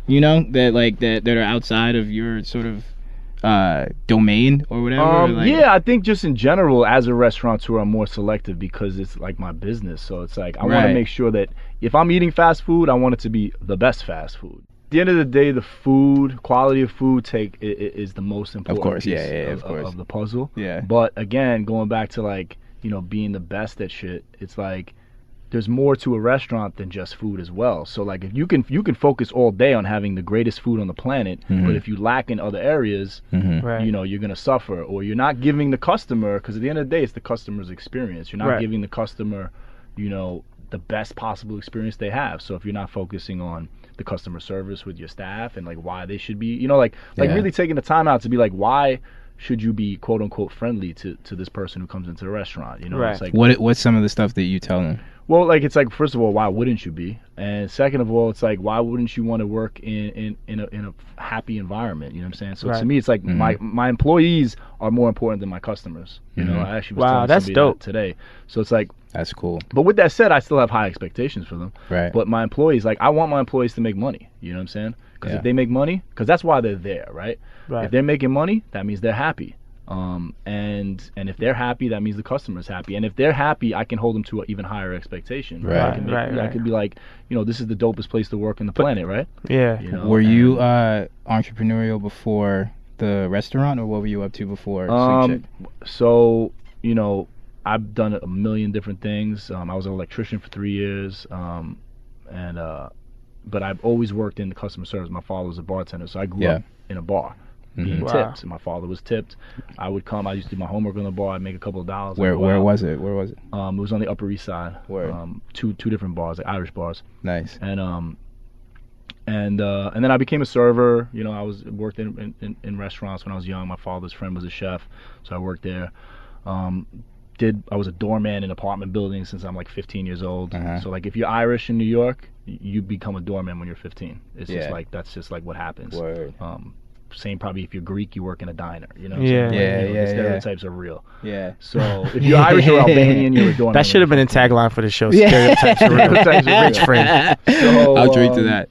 [SPEAKER 2] you know, that like that that are outside of your sort of uh, domain or whatever?
[SPEAKER 3] Um,
[SPEAKER 2] like,
[SPEAKER 3] yeah, I think just in general, as a restaurateur, I'm more selective because it's like my business. So it's like I want
[SPEAKER 2] Right.
[SPEAKER 3] to make sure that if I'm eating fast food, I want it to be the best fast food. At the end of the day, the food quality of food take i- i- is the most important.
[SPEAKER 2] course, yeah,
[SPEAKER 3] piece
[SPEAKER 2] yeah, of course.
[SPEAKER 3] of the puzzle.
[SPEAKER 2] Yeah.
[SPEAKER 3] But again, going back to like you know being the best at shit, it's like there's more to a restaurant than just food as well. So like if you can you can focus all day on having the greatest food on the planet, but if you lack in other areas,
[SPEAKER 1] Right.
[SPEAKER 3] you know you're gonna suffer or you're not giving the customer because at the end of the day it's the customer's experience you're not
[SPEAKER 1] Right.
[SPEAKER 3] giving the customer you know the best possible experience they have so if you're not focusing on the customer service with your staff and like why they should be you know like like
[SPEAKER 2] Yeah.
[SPEAKER 3] really taking the time out to be like why should you be quote unquote friendly to to this person who comes into the restaurant you know
[SPEAKER 1] Right.
[SPEAKER 3] it's like
[SPEAKER 2] What what's some of the stuff that you tell them?
[SPEAKER 3] well, like it's like first of all, why wouldn't you be? And second of all, it's like why wouldn't you want to work in in, in a in a happy environment? You know what I'm saying? So
[SPEAKER 1] Right.
[SPEAKER 3] to me, it's like my
[SPEAKER 2] Mm-hmm.
[SPEAKER 3] my employees are more important than my customers. You know, I actually was
[SPEAKER 1] Wow,
[SPEAKER 3] telling
[SPEAKER 1] that's
[SPEAKER 3] somebody that
[SPEAKER 1] dope.
[SPEAKER 3] today. So it's like,
[SPEAKER 2] That's cool.
[SPEAKER 3] but with that said, I still have high expectations for them.
[SPEAKER 2] Right.
[SPEAKER 3] But my employees, like I want my employees to make money. You know what I'm saying? Because
[SPEAKER 2] Yeah.
[SPEAKER 3] if they make money, because that's why they're there, right?
[SPEAKER 1] Right.
[SPEAKER 3] If they're making money, that means they're happy. Um, and and if they're happy, that means the customer's happy. And if they're happy, I can hold them to an even higher expectation.
[SPEAKER 2] Right.
[SPEAKER 3] I can, make-
[SPEAKER 1] Right, right.
[SPEAKER 3] I could be like, you know, this is the dopest place to work in the planet, right?
[SPEAKER 1] yeah.
[SPEAKER 3] You know,
[SPEAKER 2] were you
[SPEAKER 3] and,
[SPEAKER 2] uh, entrepreneurial before the restaurant, or what were you up to before? Sweet Chick?
[SPEAKER 3] Um, so you know, I've done a million different things. Um, I was an electrician for three years, um, and uh, but I've always worked in the customer service. My father was a bartender, so I grew
[SPEAKER 2] Yeah. Mm-hmm.
[SPEAKER 3] up in a bar. Being
[SPEAKER 1] Mhm. Wow.
[SPEAKER 3] tipped, and my father was tipped. I would come. I used to do my homework in the bar. I'd make a couple of dollars. I'd
[SPEAKER 2] where
[SPEAKER 3] go
[SPEAKER 2] where
[SPEAKER 3] out.
[SPEAKER 2] was it? Where was it?
[SPEAKER 3] Um, it was on the Upper East Side.
[SPEAKER 2] Word.
[SPEAKER 3] Um, two two different bars, like Irish bars,
[SPEAKER 2] Nice.
[SPEAKER 3] and um, and uh, and then I became a server. You know, I was worked in, in- in in restaurants when I was young. My father's friend was a chef, so I worked there. Um, did I was a doorman in apartment buildings since I'm like 15 years old.
[SPEAKER 2] Uh-huh.
[SPEAKER 3] So like if you're Irish in New York, y- you become a doorman when you're 15. It's
[SPEAKER 2] Yeah.
[SPEAKER 3] just like that's just like what happens.
[SPEAKER 2] Word.
[SPEAKER 3] Um, same probably if you're Greek, you work in a diner. You know, what
[SPEAKER 1] Yeah.
[SPEAKER 3] I'm saying?
[SPEAKER 2] Yeah,
[SPEAKER 3] you know,
[SPEAKER 2] yeah, yeah.
[SPEAKER 3] The stereotypes are real.
[SPEAKER 2] Yeah.
[SPEAKER 3] So if you're Irish or Albanian, you're a doorman.
[SPEAKER 1] That should have been a tagline for the show. Stereotypes are real.
[SPEAKER 3] Stereotypes are
[SPEAKER 1] Rich friend.
[SPEAKER 3] So,
[SPEAKER 2] I'll drink to
[SPEAKER 3] um,
[SPEAKER 2] that.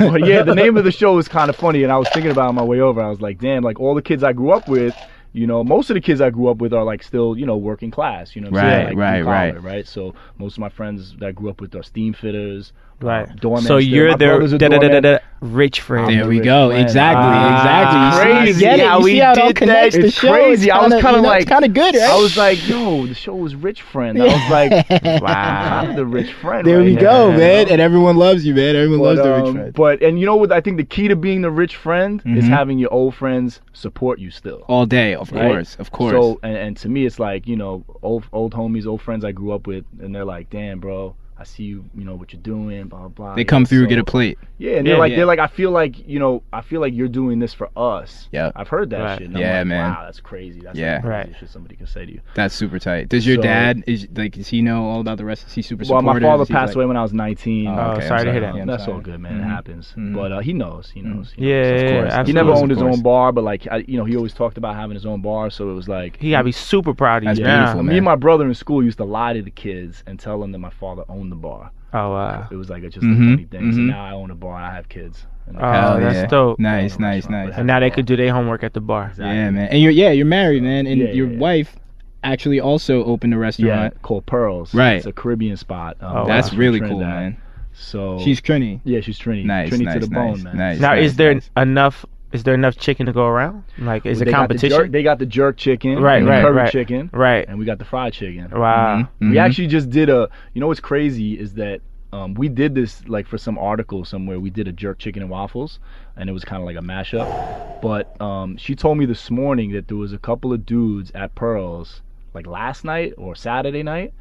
[SPEAKER 3] but yeah, the name of the show is kind of funny, and I was thinking about it on my way over. I was like, damn, like all the kids I grew up with, you know, most of the kids I grew up with are like still, you know, working class, you know, what I'm
[SPEAKER 2] Right,
[SPEAKER 3] saying? Like,
[SPEAKER 2] right,
[SPEAKER 3] blue collar,
[SPEAKER 2] right.
[SPEAKER 3] right. So most of my friends that I grew up with are steam fitters, uh,
[SPEAKER 1] Right.
[SPEAKER 3] doormen.
[SPEAKER 1] So
[SPEAKER 3] still.
[SPEAKER 1] you're
[SPEAKER 3] My
[SPEAKER 1] their
[SPEAKER 3] brother's a
[SPEAKER 1] da, da, da, da,
[SPEAKER 3] doorman.
[SPEAKER 1] da, rich friend.
[SPEAKER 2] There we
[SPEAKER 3] rich
[SPEAKER 2] go.
[SPEAKER 3] friend.
[SPEAKER 2] Exactly.
[SPEAKER 1] Ah,
[SPEAKER 2] exactly. You
[SPEAKER 1] crazy
[SPEAKER 2] see, I get it.
[SPEAKER 1] how
[SPEAKER 2] you
[SPEAKER 1] we
[SPEAKER 2] see how it all
[SPEAKER 1] did that?
[SPEAKER 2] connects the
[SPEAKER 3] It's
[SPEAKER 2] show.
[SPEAKER 3] crazy. I was
[SPEAKER 2] kinda-
[SPEAKER 3] kinda
[SPEAKER 2] you know,
[SPEAKER 3] like-
[SPEAKER 2] it's kind of good, right?
[SPEAKER 3] I was like, yo, the show is rich friend. I was like, wow, I'm the rich friend.
[SPEAKER 2] there
[SPEAKER 3] right
[SPEAKER 2] we
[SPEAKER 3] here,
[SPEAKER 2] go,
[SPEAKER 3] you
[SPEAKER 2] man.
[SPEAKER 3] know?
[SPEAKER 2] And everyone loves you, man. Everyone
[SPEAKER 3] But,
[SPEAKER 2] loves the rich
[SPEAKER 3] um,
[SPEAKER 2] friend.
[SPEAKER 3] but and you know what? I think the key to being the rich friend is
[SPEAKER 2] Mhm.
[SPEAKER 3] having your old friends support you still.
[SPEAKER 2] All day, of
[SPEAKER 3] Right.
[SPEAKER 2] course, of course.
[SPEAKER 3] So and, and to me, it's like you know, old old homies, old friends I grew up with, and they're like, "Damn, bro, I see you. You know what you're doing." Blah blah. blah.
[SPEAKER 2] they come
[SPEAKER 3] Yeah,
[SPEAKER 2] through,
[SPEAKER 3] so-
[SPEAKER 2] get a plate.
[SPEAKER 3] Yeah, and they're
[SPEAKER 1] Yeah,
[SPEAKER 3] like,
[SPEAKER 1] yeah.
[SPEAKER 3] they're like, I feel like you know, I feel like you're doing this for us.
[SPEAKER 2] Yeah.
[SPEAKER 3] I've heard that
[SPEAKER 1] Right.
[SPEAKER 3] shit. and I'm
[SPEAKER 2] Yeah,
[SPEAKER 3] like,
[SPEAKER 2] man.
[SPEAKER 3] Wow, that's crazy. That's
[SPEAKER 2] Yeah.
[SPEAKER 3] yeah, the
[SPEAKER 1] Right.
[SPEAKER 3] craziest shit somebody can say to you.
[SPEAKER 2] That's super tight. Does your
[SPEAKER 3] So-
[SPEAKER 2] dad is like? Does he know all about the rest? Is he super
[SPEAKER 3] Well, my
[SPEAKER 2] supportive?
[SPEAKER 3] father
[SPEAKER 2] Is he,
[SPEAKER 3] passed
[SPEAKER 2] like-
[SPEAKER 3] away when I was 19.
[SPEAKER 1] Oh,
[SPEAKER 2] okay, I'm
[SPEAKER 1] sorry Mm-hmm. to hear that.
[SPEAKER 2] Yeah, I'm
[SPEAKER 3] that's
[SPEAKER 2] sorry.
[SPEAKER 3] all good, man.
[SPEAKER 2] Mhm.
[SPEAKER 3] It happens.
[SPEAKER 2] Mhm.
[SPEAKER 3] But uh, he knows. He knows. he
[SPEAKER 1] Yeah,
[SPEAKER 3] knows.
[SPEAKER 1] yeah,
[SPEAKER 2] course.
[SPEAKER 1] yeah,
[SPEAKER 3] He
[SPEAKER 2] Of
[SPEAKER 3] never
[SPEAKER 1] absolutely.
[SPEAKER 2] course,
[SPEAKER 3] owned his
[SPEAKER 2] of course.
[SPEAKER 3] own bar, but like I, you know, he always talked about having his own bar. So it was like
[SPEAKER 1] He gotta be super proud of
[SPEAKER 2] That's
[SPEAKER 1] you.
[SPEAKER 3] Yeah.
[SPEAKER 2] beautiful,
[SPEAKER 1] Yeah.
[SPEAKER 2] man.
[SPEAKER 3] Me and my brother in school used to lie to the kids and tell them that my father owned the bar.
[SPEAKER 1] Oh wow.
[SPEAKER 3] It was like it's just
[SPEAKER 2] Mhm,
[SPEAKER 3] a funny thing. So
[SPEAKER 2] mhm.
[SPEAKER 3] now I own a bar and I have kids. And
[SPEAKER 1] Oh,
[SPEAKER 2] Hell
[SPEAKER 1] that's
[SPEAKER 2] yeah.
[SPEAKER 1] dope.
[SPEAKER 2] Nice,
[SPEAKER 3] Going to
[SPEAKER 2] nice,
[SPEAKER 3] restaurant,
[SPEAKER 2] nice.
[SPEAKER 3] but-
[SPEAKER 1] And now they could do their homework at the bar.
[SPEAKER 2] Yeah, man. And you're yeah, you're married, man, and
[SPEAKER 3] Yeah, yeah,
[SPEAKER 2] your
[SPEAKER 3] yeah.
[SPEAKER 2] wife actually also opened a
[SPEAKER 3] yeah,
[SPEAKER 2] restaurant.
[SPEAKER 3] called Pearls.
[SPEAKER 2] Right.
[SPEAKER 3] It's a Caribbean spot. Um,
[SPEAKER 1] Oh,
[SPEAKER 2] That's
[SPEAKER 1] wow.
[SPEAKER 3] from
[SPEAKER 2] really cool,
[SPEAKER 3] Trinidad.
[SPEAKER 2] man.
[SPEAKER 3] So
[SPEAKER 2] She's Trini.
[SPEAKER 3] yeah, she's Trini.
[SPEAKER 2] Nice,
[SPEAKER 3] Trini
[SPEAKER 2] nice,
[SPEAKER 3] to the
[SPEAKER 2] nice,
[SPEAKER 3] bone, man.
[SPEAKER 2] nice.
[SPEAKER 1] Now, is there
[SPEAKER 2] nice.
[SPEAKER 1] enough? Is there enough chicken to go around? Like, is
[SPEAKER 3] They
[SPEAKER 1] it
[SPEAKER 3] got the
[SPEAKER 1] competition?
[SPEAKER 3] jerk- they got the jerk chicken,
[SPEAKER 1] Right,
[SPEAKER 3] and the
[SPEAKER 1] right,
[SPEAKER 3] curry
[SPEAKER 1] right.
[SPEAKER 3] chicken,
[SPEAKER 1] right.
[SPEAKER 3] and we got the fried chicken.
[SPEAKER 1] Wow.
[SPEAKER 2] Mhm,
[SPEAKER 3] We
[SPEAKER 2] mhm.
[SPEAKER 3] actually just did a. You know what's crazy is that um, we did this like for some article somewhere. We did a jerk chicken and waffles, and it was kind of like a mashup. But um, she told me this morning that there was a couple of dudes at Pearls like last night or Saturday night,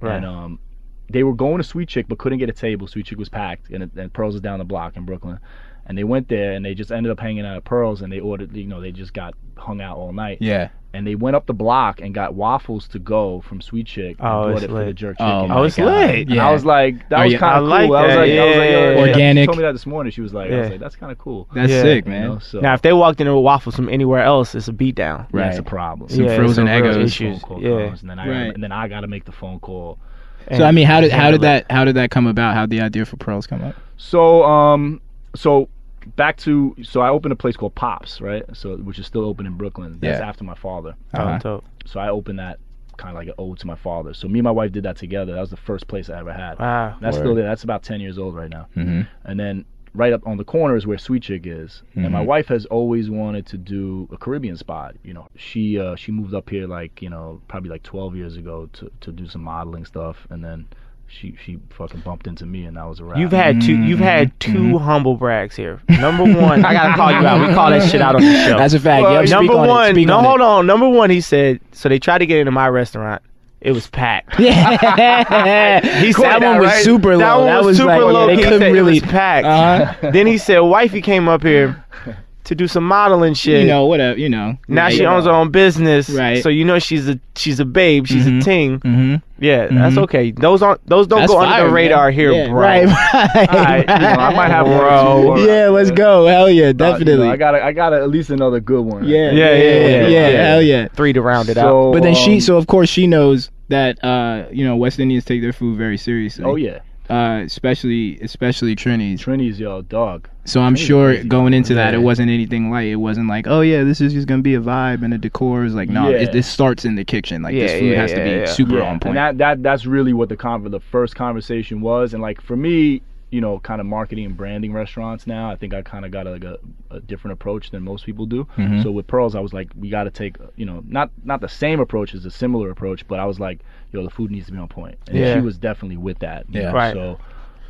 [SPEAKER 1] Right.
[SPEAKER 3] and um, they were going to Sweet Chick but couldn't get a table. Sweet Chick was packed, and, it- and Pearls is down the block in Brooklyn. And they went there and they just ended up hanging out at Pearls and they ordered, you know, they just got hung out all night
[SPEAKER 2] Yeah.
[SPEAKER 3] and they went up the block and got waffles to go from Sweet Chick and
[SPEAKER 1] Oh,
[SPEAKER 3] bought
[SPEAKER 1] it's
[SPEAKER 3] it for
[SPEAKER 1] lit.
[SPEAKER 3] the jerk chicken.
[SPEAKER 2] Oh, my
[SPEAKER 1] Oh, it's
[SPEAKER 2] God.
[SPEAKER 1] lit.
[SPEAKER 3] And I was like, that
[SPEAKER 2] Are
[SPEAKER 3] was
[SPEAKER 2] you-
[SPEAKER 3] kind
[SPEAKER 1] I
[SPEAKER 3] of cool.
[SPEAKER 1] like
[SPEAKER 3] I was
[SPEAKER 1] that.
[SPEAKER 3] like, I was like,
[SPEAKER 1] Yeah.
[SPEAKER 3] yo, yeah.
[SPEAKER 2] Organic.
[SPEAKER 3] She told me that this morning. She was like, I
[SPEAKER 1] Yeah.
[SPEAKER 3] was like, that's kind of cool.
[SPEAKER 2] That's
[SPEAKER 1] Yeah.
[SPEAKER 2] sick,
[SPEAKER 3] You
[SPEAKER 2] man.
[SPEAKER 3] know, so
[SPEAKER 1] Now, if they walked into a waffle from anywhere else, it's a beatdown.
[SPEAKER 2] Right.
[SPEAKER 3] that's a problem.
[SPEAKER 2] Some
[SPEAKER 1] yeah,
[SPEAKER 2] frozen
[SPEAKER 1] it's a real
[SPEAKER 2] Eggos.
[SPEAKER 1] Issues.
[SPEAKER 3] Phone call
[SPEAKER 1] Yeah.
[SPEAKER 3] comes, and then I
[SPEAKER 2] Right.
[SPEAKER 3] and then I got to make the phone call.
[SPEAKER 2] So I mean, how did how
[SPEAKER 3] handle
[SPEAKER 2] did that how did that come about? How would the idea for pearls come up?
[SPEAKER 3] So um, so back to so I opened a place called Pops, right? So which is still open in Brooklyn. That's
[SPEAKER 2] Yeah.
[SPEAKER 3] after my father.
[SPEAKER 1] Oh,
[SPEAKER 2] Uh-huh.
[SPEAKER 1] dope.
[SPEAKER 3] So I opened that kind of like an ode to my father. So me and my wife did that together. That was the first place I ever had.
[SPEAKER 1] Wow.
[SPEAKER 3] That's
[SPEAKER 2] Word.
[SPEAKER 3] still there. That's about ten years old right now.
[SPEAKER 2] Mm-hmm.
[SPEAKER 3] and then right up on the corner is where Sweet Chick is. And my
[SPEAKER 2] Mhm.
[SPEAKER 3] wife has always wanted to do a Caribbean spot. You know, she uh, she moved up here like you know probably like 12 years ago to to do some modeling stuff, and then she she fucking bumped into me, and that was a wrap.
[SPEAKER 1] You've had two. You've had 2 humble brags here. Number one, Mm-hmm. I gotta call you out. We call that shit out on the show.
[SPEAKER 2] That's a fact.
[SPEAKER 1] Well,
[SPEAKER 2] Yep, speak
[SPEAKER 1] number
[SPEAKER 2] on it,
[SPEAKER 1] one,
[SPEAKER 2] speak
[SPEAKER 1] no,
[SPEAKER 2] on it.
[SPEAKER 1] hold on. Number one, he said. So they tried to get into my restaurant. It was packed.
[SPEAKER 2] Yeah.
[SPEAKER 1] He said
[SPEAKER 2] that one was
[SPEAKER 1] right?
[SPEAKER 2] super low.
[SPEAKER 1] That one was, super
[SPEAKER 2] like,
[SPEAKER 1] low.
[SPEAKER 2] They
[SPEAKER 1] He
[SPEAKER 2] couldn't
[SPEAKER 1] said
[SPEAKER 2] really.
[SPEAKER 1] it was packed.
[SPEAKER 2] uh
[SPEAKER 1] Then he said, "Wifey came up here to do some modeling shit.
[SPEAKER 2] You know, whatever. You know.
[SPEAKER 1] now
[SPEAKER 2] Like,
[SPEAKER 1] she owns her own business,
[SPEAKER 2] Right.
[SPEAKER 1] So you know she's a she's a babe. She's
[SPEAKER 2] Mhm.
[SPEAKER 1] a ting.
[SPEAKER 2] Mhm.
[SPEAKER 1] Yeah, that's
[SPEAKER 2] Mhm.
[SPEAKER 1] okay. Those aren't those don't
[SPEAKER 2] That's
[SPEAKER 1] go under
[SPEAKER 2] fire,
[SPEAKER 1] the radar
[SPEAKER 2] man.
[SPEAKER 1] here,
[SPEAKER 2] Yeah,
[SPEAKER 1] bro.
[SPEAKER 2] Right. right,
[SPEAKER 3] All right, you know, I might have one
[SPEAKER 1] Bro.
[SPEAKER 3] or two more.
[SPEAKER 2] yeah, let's go. Hell yeah,
[SPEAKER 3] Uh, you know,
[SPEAKER 2] definitely.
[SPEAKER 3] I got I got at least another good one.
[SPEAKER 1] Yeah,
[SPEAKER 2] yeah,
[SPEAKER 1] yeah,
[SPEAKER 2] yeah,
[SPEAKER 1] yeah,
[SPEAKER 2] yeah,
[SPEAKER 1] yeah.
[SPEAKER 2] Hell yeah.
[SPEAKER 1] Three to round it out.
[SPEAKER 3] So,
[SPEAKER 2] But then she,
[SPEAKER 3] um,
[SPEAKER 2] so of course she knows that uh, you know West Indians take their food very seriously.
[SPEAKER 3] Oh yeah,
[SPEAKER 2] uh, especially especially Trinities.
[SPEAKER 3] Trini's yo dog.
[SPEAKER 2] So I'm
[SPEAKER 3] Trinity's
[SPEAKER 2] sure
[SPEAKER 3] crazy.
[SPEAKER 2] going into that, it
[SPEAKER 1] Yeah.
[SPEAKER 2] wasn't anything light. It wasn't like, oh yeah, this is just gonna be a vibe and a decor. Is like, no,
[SPEAKER 3] Yeah.
[SPEAKER 2] it, this starts in the kitchen. Like this
[SPEAKER 1] Yeah,
[SPEAKER 2] food
[SPEAKER 1] yeah,
[SPEAKER 2] has to be
[SPEAKER 1] yeah, yeah.
[SPEAKER 2] super
[SPEAKER 3] Yeah,
[SPEAKER 2] on point.
[SPEAKER 3] And that, that that's really what the con- the first conversation was. And like for me, you know, kind of marketing and branding restaurants now. I think I kind of got like a, a different approach than most people do.
[SPEAKER 2] Mhm.
[SPEAKER 3] So with Pearls, I was like, we got to take, you know, not not the same approach as a similar approach, but I was like, yo, the food needs to be on point. And
[SPEAKER 1] Yeah.
[SPEAKER 3] she was definitely with that. you
[SPEAKER 2] Yeah.
[SPEAKER 3] know,
[SPEAKER 1] Right.
[SPEAKER 3] So.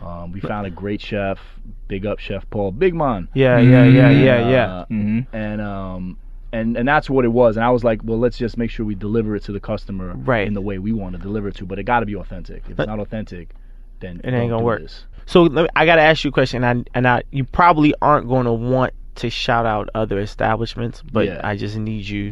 [SPEAKER 3] Um, we found a great chef, big up chef Paul Bigman.
[SPEAKER 1] yeah, yeah, yeah, yeah,
[SPEAKER 3] Uh,
[SPEAKER 1] yeah.
[SPEAKER 2] hmm
[SPEAKER 3] and um and and that's what it was and i was like well let's just make sure we deliver it to the customer
[SPEAKER 1] Right.
[SPEAKER 3] in the way we want to deliver it to but it got to be authentic if it's not authentic then
[SPEAKER 1] It ain't
[SPEAKER 3] don't
[SPEAKER 1] gonna
[SPEAKER 3] do
[SPEAKER 1] work.
[SPEAKER 3] this.
[SPEAKER 1] So let me, I gotta ask you a question, and I, and I you probably aren't going to want to shout out other establishments, but
[SPEAKER 3] Yeah.
[SPEAKER 1] I just need you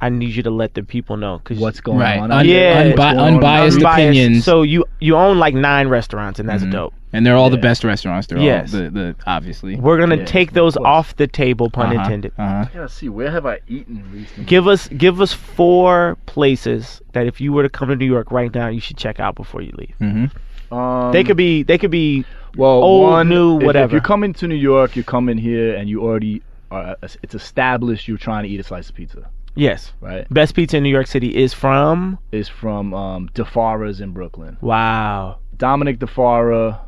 [SPEAKER 1] I need you to let the people know because
[SPEAKER 3] what's going
[SPEAKER 2] Right.
[SPEAKER 3] on.
[SPEAKER 2] Un-
[SPEAKER 1] Yeah.
[SPEAKER 3] What's
[SPEAKER 2] unbi-
[SPEAKER 3] going on.
[SPEAKER 2] unbiased opinions.
[SPEAKER 1] So you you own like nine restaurants, and that's
[SPEAKER 2] Mhm.
[SPEAKER 1] dope.
[SPEAKER 2] and they're all the
[SPEAKER 3] Yeah.
[SPEAKER 2] best restaurants. They're
[SPEAKER 1] Yes.
[SPEAKER 2] all the, the obviously.
[SPEAKER 1] We're gonna
[SPEAKER 3] Yeah,
[SPEAKER 1] take those
[SPEAKER 3] of course.
[SPEAKER 1] off the table, pun
[SPEAKER 2] Uh-huh,
[SPEAKER 1] intended.
[SPEAKER 2] uh-huh.
[SPEAKER 3] Yeah, let's see, where have I eaten recently?
[SPEAKER 1] Give us give us four places that if you were to come to New York right now, you should check out before you leave.
[SPEAKER 2] hmm
[SPEAKER 3] Um,
[SPEAKER 1] They could be they could be
[SPEAKER 3] well,
[SPEAKER 1] old,
[SPEAKER 3] one,
[SPEAKER 1] new,
[SPEAKER 3] if- If
[SPEAKER 1] whatever.
[SPEAKER 3] you're coming to New York, you come in here and you already are. uh, It's established you're trying to eat a slice of pizza,
[SPEAKER 1] yes.
[SPEAKER 3] right?
[SPEAKER 1] Best pizza in New York City is from
[SPEAKER 3] Is from um, DeFara's in Brooklyn.
[SPEAKER 1] Wow.
[SPEAKER 3] Dominic DeFara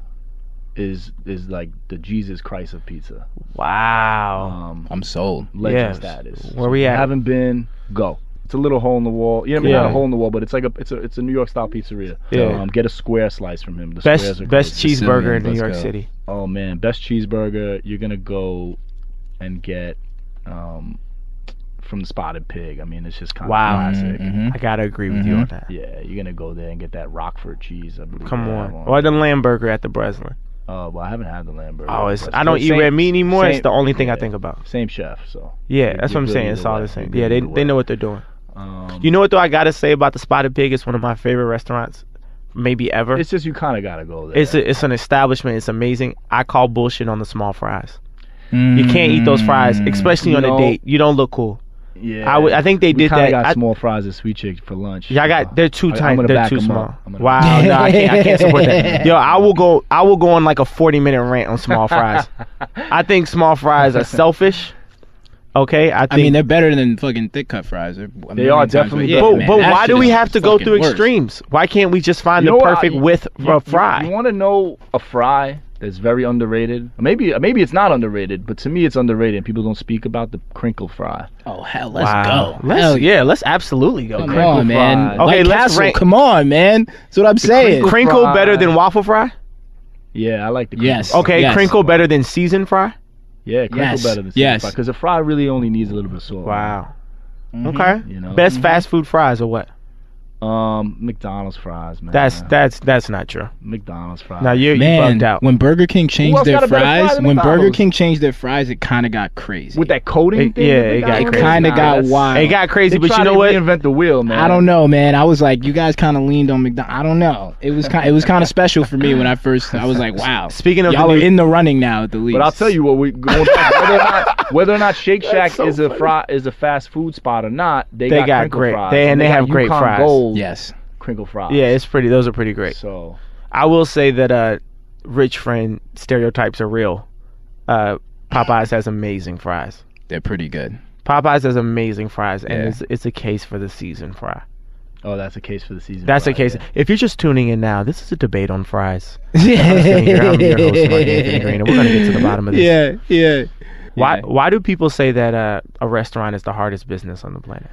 [SPEAKER 3] is is like the Jesus Christ of pizza.
[SPEAKER 1] Wow.
[SPEAKER 3] Um,
[SPEAKER 2] I'm sold.
[SPEAKER 3] legend
[SPEAKER 1] Yes.
[SPEAKER 3] status.
[SPEAKER 1] Where we
[SPEAKER 3] if you
[SPEAKER 1] at?
[SPEAKER 3] Haven't been. Go. It's a little hole in the wall. Yeah, I mean, not
[SPEAKER 1] Yeah.
[SPEAKER 3] a hole in the wall, but it's like a it's a it's a New York style pizzeria.
[SPEAKER 1] Yeah.
[SPEAKER 3] Um, get a square slice from him. The squares are
[SPEAKER 1] best best
[SPEAKER 3] crazy.
[SPEAKER 2] Sicilian,
[SPEAKER 1] cheeseburger in New
[SPEAKER 2] let's
[SPEAKER 1] York
[SPEAKER 2] go.
[SPEAKER 1] City.
[SPEAKER 3] Oh man, best cheeseburger. You're gonna go and get um, from the Spotted Pig. I mean, it's just kind of
[SPEAKER 1] Wow. Mm-hmm.
[SPEAKER 3] classic.
[SPEAKER 2] Mhm.
[SPEAKER 1] I gotta agree with you
[SPEAKER 2] Mhm.
[SPEAKER 1] on
[SPEAKER 3] Mm-hmm.
[SPEAKER 1] that.
[SPEAKER 3] Yeah, you're gonna go there and get that Rockford cheese. I believe
[SPEAKER 1] Come
[SPEAKER 3] they
[SPEAKER 1] on. Oh,
[SPEAKER 3] have
[SPEAKER 1] Or the lamb burger at the Breslin.
[SPEAKER 3] Oh well, I haven't had the lamb burger.
[SPEAKER 1] Oh, it's
[SPEAKER 3] But
[SPEAKER 1] I don't
[SPEAKER 3] still
[SPEAKER 1] eat
[SPEAKER 3] same-
[SPEAKER 1] red meat anymore. it's
[SPEAKER 3] same-
[SPEAKER 1] the only thing I
[SPEAKER 3] yeah.
[SPEAKER 1] think about.
[SPEAKER 3] Same chef, so
[SPEAKER 1] Yeah,
[SPEAKER 3] You're-
[SPEAKER 1] that's what I'm
[SPEAKER 3] you're good
[SPEAKER 1] saying.
[SPEAKER 3] either
[SPEAKER 1] It's all
[SPEAKER 3] way.
[SPEAKER 1] the same.
[SPEAKER 3] You're good
[SPEAKER 1] Yeah, they
[SPEAKER 3] either
[SPEAKER 1] they
[SPEAKER 3] way.
[SPEAKER 1] know what they're doing.
[SPEAKER 3] um,
[SPEAKER 1] You know what though I gotta say about the Spotted Pig? It's one of my favorite restaurants, maybe ever.
[SPEAKER 3] it's just you kind of gotta go there.
[SPEAKER 1] It's a, it's an establishment. It's amazing. I call bullshit on the small fries.
[SPEAKER 2] Mm-hmm.
[SPEAKER 1] You can't eat those fries,
[SPEAKER 2] Mm.
[SPEAKER 1] especially on a
[SPEAKER 3] No.
[SPEAKER 1] date. You don't look cool.
[SPEAKER 3] yeah,
[SPEAKER 1] I would- I think they
[SPEAKER 3] we
[SPEAKER 1] did
[SPEAKER 3] kinda
[SPEAKER 1] that-
[SPEAKER 3] Got
[SPEAKER 1] I-
[SPEAKER 3] small fries and sweet chicks for lunch.
[SPEAKER 1] Yeah, I got. They're too
[SPEAKER 3] I- I'm
[SPEAKER 1] tiny.
[SPEAKER 3] gonna
[SPEAKER 1] They're
[SPEAKER 3] back
[SPEAKER 1] too
[SPEAKER 3] 'em
[SPEAKER 1] small.
[SPEAKER 3] up. I'm gonna back
[SPEAKER 1] Wow, no, I can't. I can't support that. Yo, I will go. I will go on like a forty minute rant on small fries. I think small fries are selfish. Okay, I think.
[SPEAKER 2] I mean, they're better than fucking thick cut fries. They're a million
[SPEAKER 3] are
[SPEAKER 2] times better.
[SPEAKER 3] definitely
[SPEAKER 1] but
[SPEAKER 3] better. man,
[SPEAKER 1] but
[SPEAKER 2] that
[SPEAKER 1] why
[SPEAKER 2] shit
[SPEAKER 1] do we
[SPEAKER 2] is
[SPEAKER 1] have to go
[SPEAKER 2] fucking
[SPEAKER 1] through
[SPEAKER 2] worse.
[SPEAKER 1] extremes? Why can't we just find the
[SPEAKER 3] You know what?
[SPEAKER 1] perfect
[SPEAKER 3] You-
[SPEAKER 1] width for
[SPEAKER 3] you-
[SPEAKER 1] a fry?
[SPEAKER 3] You, want to know a fry that's very underrated? Maybe maybe it's not underrated, but to me it's underrated. and People don't speak about the crinkle fry.
[SPEAKER 2] Oh hell, let's
[SPEAKER 1] Wow.
[SPEAKER 2] go.
[SPEAKER 1] Let's
[SPEAKER 2] Hell
[SPEAKER 1] yeah, let's absolutely go.
[SPEAKER 2] Come
[SPEAKER 1] Crinkle,
[SPEAKER 2] on, man.
[SPEAKER 3] fries.
[SPEAKER 1] Okay,
[SPEAKER 2] White
[SPEAKER 1] let's
[SPEAKER 2] Castle,
[SPEAKER 1] rank-
[SPEAKER 2] come on, man. That's what I'm saying.
[SPEAKER 3] crinkle-
[SPEAKER 1] crinkle
[SPEAKER 3] fry.
[SPEAKER 1] better than waffle fry?
[SPEAKER 3] Yeah, I like the crinkle.
[SPEAKER 2] Yes.
[SPEAKER 3] fry.
[SPEAKER 1] Okay,
[SPEAKER 2] Yes.
[SPEAKER 1] crinkle better than seasoned fry?
[SPEAKER 3] Yeah, crinkle
[SPEAKER 2] Yes.
[SPEAKER 3] better than
[SPEAKER 2] Yes.
[SPEAKER 3] because a fry really only needs a little bit of salt.
[SPEAKER 1] Wow.
[SPEAKER 2] Mhm.
[SPEAKER 1] Okay.
[SPEAKER 3] You know.
[SPEAKER 1] Best fast food fries or what?
[SPEAKER 3] Um, McDonald's fries, man.
[SPEAKER 1] That's that's that's not true.
[SPEAKER 3] McDonald's fries.
[SPEAKER 1] Now you you
[SPEAKER 2] Man,
[SPEAKER 1] bugged out.
[SPEAKER 2] when Burger King changed
[SPEAKER 3] else
[SPEAKER 2] their
[SPEAKER 3] got a better fry
[SPEAKER 2] fries,
[SPEAKER 3] than
[SPEAKER 2] when Burger
[SPEAKER 3] McDonald's?
[SPEAKER 2] King changed their fries, it kind of got crazy.
[SPEAKER 3] with that coating
[SPEAKER 1] It-
[SPEAKER 3] thing.
[SPEAKER 1] yeah,
[SPEAKER 3] that
[SPEAKER 1] it got
[SPEAKER 3] McDonald's
[SPEAKER 1] crazy.
[SPEAKER 3] is?
[SPEAKER 2] Kinda
[SPEAKER 3] Nah,
[SPEAKER 2] got
[SPEAKER 3] that's-
[SPEAKER 2] wild.
[SPEAKER 1] It got crazy,
[SPEAKER 3] They
[SPEAKER 1] but you
[SPEAKER 3] tried
[SPEAKER 1] know
[SPEAKER 3] to
[SPEAKER 1] what?
[SPEAKER 3] Reinvent the wheel, man.
[SPEAKER 2] I don't know, man. I was like, you guys kind of leaned on McDonald. I don't know. It was kind. It was kind of special for me when I first. I was like, wow.
[SPEAKER 1] Speaking of the
[SPEAKER 2] y'all are
[SPEAKER 1] new-
[SPEAKER 2] in the running now at the least.
[SPEAKER 3] But I'll tell you what we going back, whether or not whether or not Shake Shack is a fry is a fast food spot or not, they,
[SPEAKER 1] They got
[SPEAKER 3] crinkle
[SPEAKER 1] great-
[SPEAKER 3] fries.
[SPEAKER 1] they- and they
[SPEAKER 3] got
[SPEAKER 1] have great
[SPEAKER 3] Yukon
[SPEAKER 1] fries.
[SPEAKER 3] Gold
[SPEAKER 2] Yes.
[SPEAKER 3] crinkle fries.
[SPEAKER 1] Yeah, it's pretty those are pretty great.
[SPEAKER 3] so
[SPEAKER 1] I will say that uh, rich friend stereotypes are real. Uh, Popeyes has amazing fries.
[SPEAKER 2] They're pretty good.
[SPEAKER 1] Popeyes has amazing fries, and
[SPEAKER 2] Yeah.
[SPEAKER 1] it's it's a case for the season fry.
[SPEAKER 3] oh, that's a case for the season.
[SPEAKER 1] That's
[SPEAKER 3] fry,
[SPEAKER 1] a case.
[SPEAKER 3] yeah.
[SPEAKER 1] If you're just tuning in now, this is a debate on fries. I'm sitting here, I'm your host, Mark Anthony Green, and we're gonna get to the bottom of this.
[SPEAKER 2] Yeah, yeah.
[SPEAKER 1] Why
[SPEAKER 2] Yeah.
[SPEAKER 1] why do people say that uh, a restaurant is the hardest business on the planet?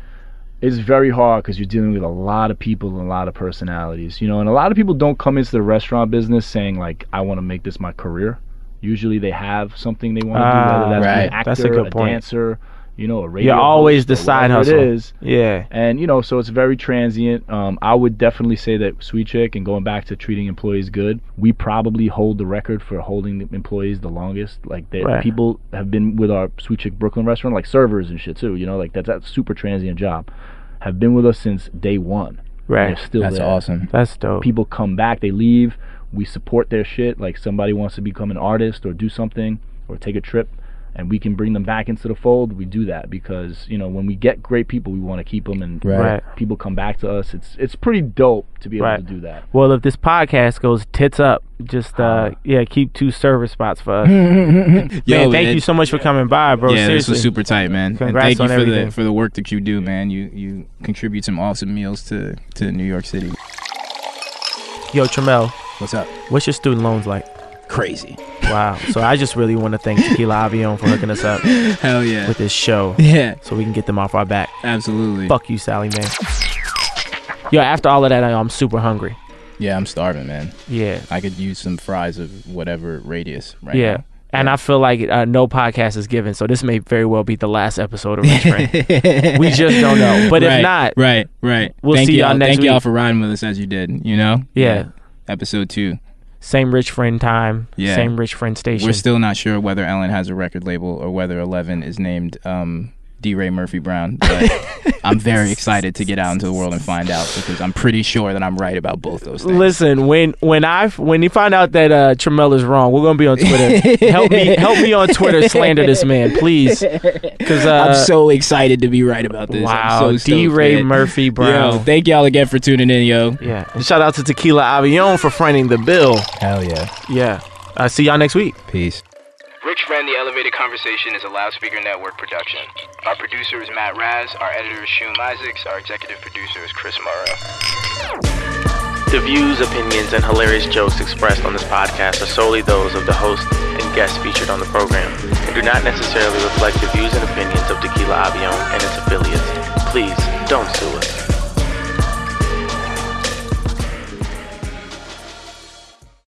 [SPEAKER 3] It's very hard because you're dealing with a lot of people and a lot of personalities, you know. And a lot of people don't come into the restaurant business saying like, "I want to make this my career." Usually, they have something they want to
[SPEAKER 1] Ah,
[SPEAKER 3] do, whether that's
[SPEAKER 2] right.
[SPEAKER 3] an actor,
[SPEAKER 1] That's a good point.
[SPEAKER 3] dancer, you know, a radio.
[SPEAKER 1] always
[SPEAKER 3] host,
[SPEAKER 1] the
[SPEAKER 3] or
[SPEAKER 1] side
[SPEAKER 3] whatever
[SPEAKER 1] hustle.
[SPEAKER 3] It is.
[SPEAKER 1] Yeah.
[SPEAKER 3] and you know so it's very transient um, i would definitely say that sweet chick and going back to treating employees good we probably hold the record for holding the employees the longest like they,
[SPEAKER 1] Right.
[SPEAKER 3] people have been with our sweet chick brooklyn restaurant like servers and shit too you know like that's a super transient job have been with us since day one
[SPEAKER 1] Right.
[SPEAKER 3] they're still
[SPEAKER 2] That's
[SPEAKER 3] there.
[SPEAKER 2] awesome.
[SPEAKER 1] That's dope.
[SPEAKER 3] people come back they leave we support their shit like somebody wants to become an artist or do something or take a trip and we can bring them back into the fold we do that because you know when we get great people we want to keep them and
[SPEAKER 2] Right.
[SPEAKER 1] Right.
[SPEAKER 3] people come back to us. It's it's pretty dope to be able
[SPEAKER 1] Right.
[SPEAKER 3] to do that.
[SPEAKER 1] Well, if this podcast goes tits up, just uh, yeah, keep two server spots for us. Man, thank
[SPEAKER 2] it-
[SPEAKER 1] you so much for coming by, bro.
[SPEAKER 2] yeah, this
[SPEAKER 1] Seriously.
[SPEAKER 2] was super tight, man. And
[SPEAKER 1] Congrats
[SPEAKER 2] thank you
[SPEAKER 1] on
[SPEAKER 2] for
[SPEAKER 1] everything.
[SPEAKER 2] the for the work that you do, man. You you contribute some awesome meals to to New York City.
[SPEAKER 1] Yo, Tramel,
[SPEAKER 2] What's up?
[SPEAKER 1] what's your student loans like?
[SPEAKER 2] Crazy.
[SPEAKER 1] Wow. so I just really want to thank Tequila Avion for hooking us up
[SPEAKER 2] Hell yeah.
[SPEAKER 1] with this show
[SPEAKER 2] Yeah,
[SPEAKER 1] so we can get them off our back.
[SPEAKER 2] absolutely.
[SPEAKER 1] Fuck you, Sally, man. Yo, after all of that, I, I'm super hungry.
[SPEAKER 2] Yeah, I'm starving, man.
[SPEAKER 1] Yeah.
[SPEAKER 2] I could use some fries of whatever radius right
[SPEAKER 1] yeah.
[SPEAKER 2] now.
[SPEAKER 1] And I feel like uh, no podcast is given, so this may very well be the last episode of Rich Friend. we just don't know. Oh, But
[SPEAKER 2] Right,
[SPEAKER 1] if not,
[SPEAKER 2] right, right.
[SPEAKER 1] We'll
[SPEAKER 2] thank
[SPEAKER 1] see y'all
[SPEAKER 2] y'all
[SPEAKER 1] next
[SPEAKER 2] Thank y'all
[SPEAKER 1] week.
[SPEAKER 2] for riding with us as you did. You know.
[SPEAKER 1] Yeah.
[SPEAKER 2] Episode two.
[SPEAKER 1] same Rich Friend time,
[SPEAKER 2] Yeah.
[SPEAKER 1] same Rich Friend station.
[SPEAKER 2] We're still not sure whether Ellen has a record label or whether Eleven is named um, D. Ray Murphy Brown. But I'm very excited to get out into the world and find out because I'm pretty sure that I'm right about both those things.
[SPEAKER 1] Listen, when when I when you find out that uh, Tremella's wrong, we're gonna be on Twitter. help me, help me on Twitter slander this man, please, because uh,
[SPEAKER 2] I'm so excited to be right about this. I'm
[SPEAKER 1] wow,
[SPEAKER 2] so
[SPEAKER 1] D.
[SPEAKER 2] stoked,
[SPEAKER 1] Ray
[SPEAKER 2] man.
[SPEAKER 1] Murphy
[SPEAKER 2] Yo,
[SPEAKER 1] Brown.
[SPEAKER 2] thank y'all again for tuning in, yo.
[SPEAKER 1] yeah, and shout out to Tequila Avion for fronting the bill.
[SPEAKER 2] Hell yeah.
[SPEAKER 1] Yeah, uh, see y'all next week.
[SPEAKER 2] Peace.
[SPEAKER 4] Rich Ran The Elevated Conversation is a Loudspeaker Network production. Our producer is Matt Raz, our editor is Shum Isaacs, our executive producer is Chris Morrow.
[SPEAKER 5] The views, opinions, and hilarious jokes expressed on this podcast are solely those of the host and guests featured on the program and do not necessarily reflect the views and opinions of Tequila Avion and its affiliates. Please don't sue us.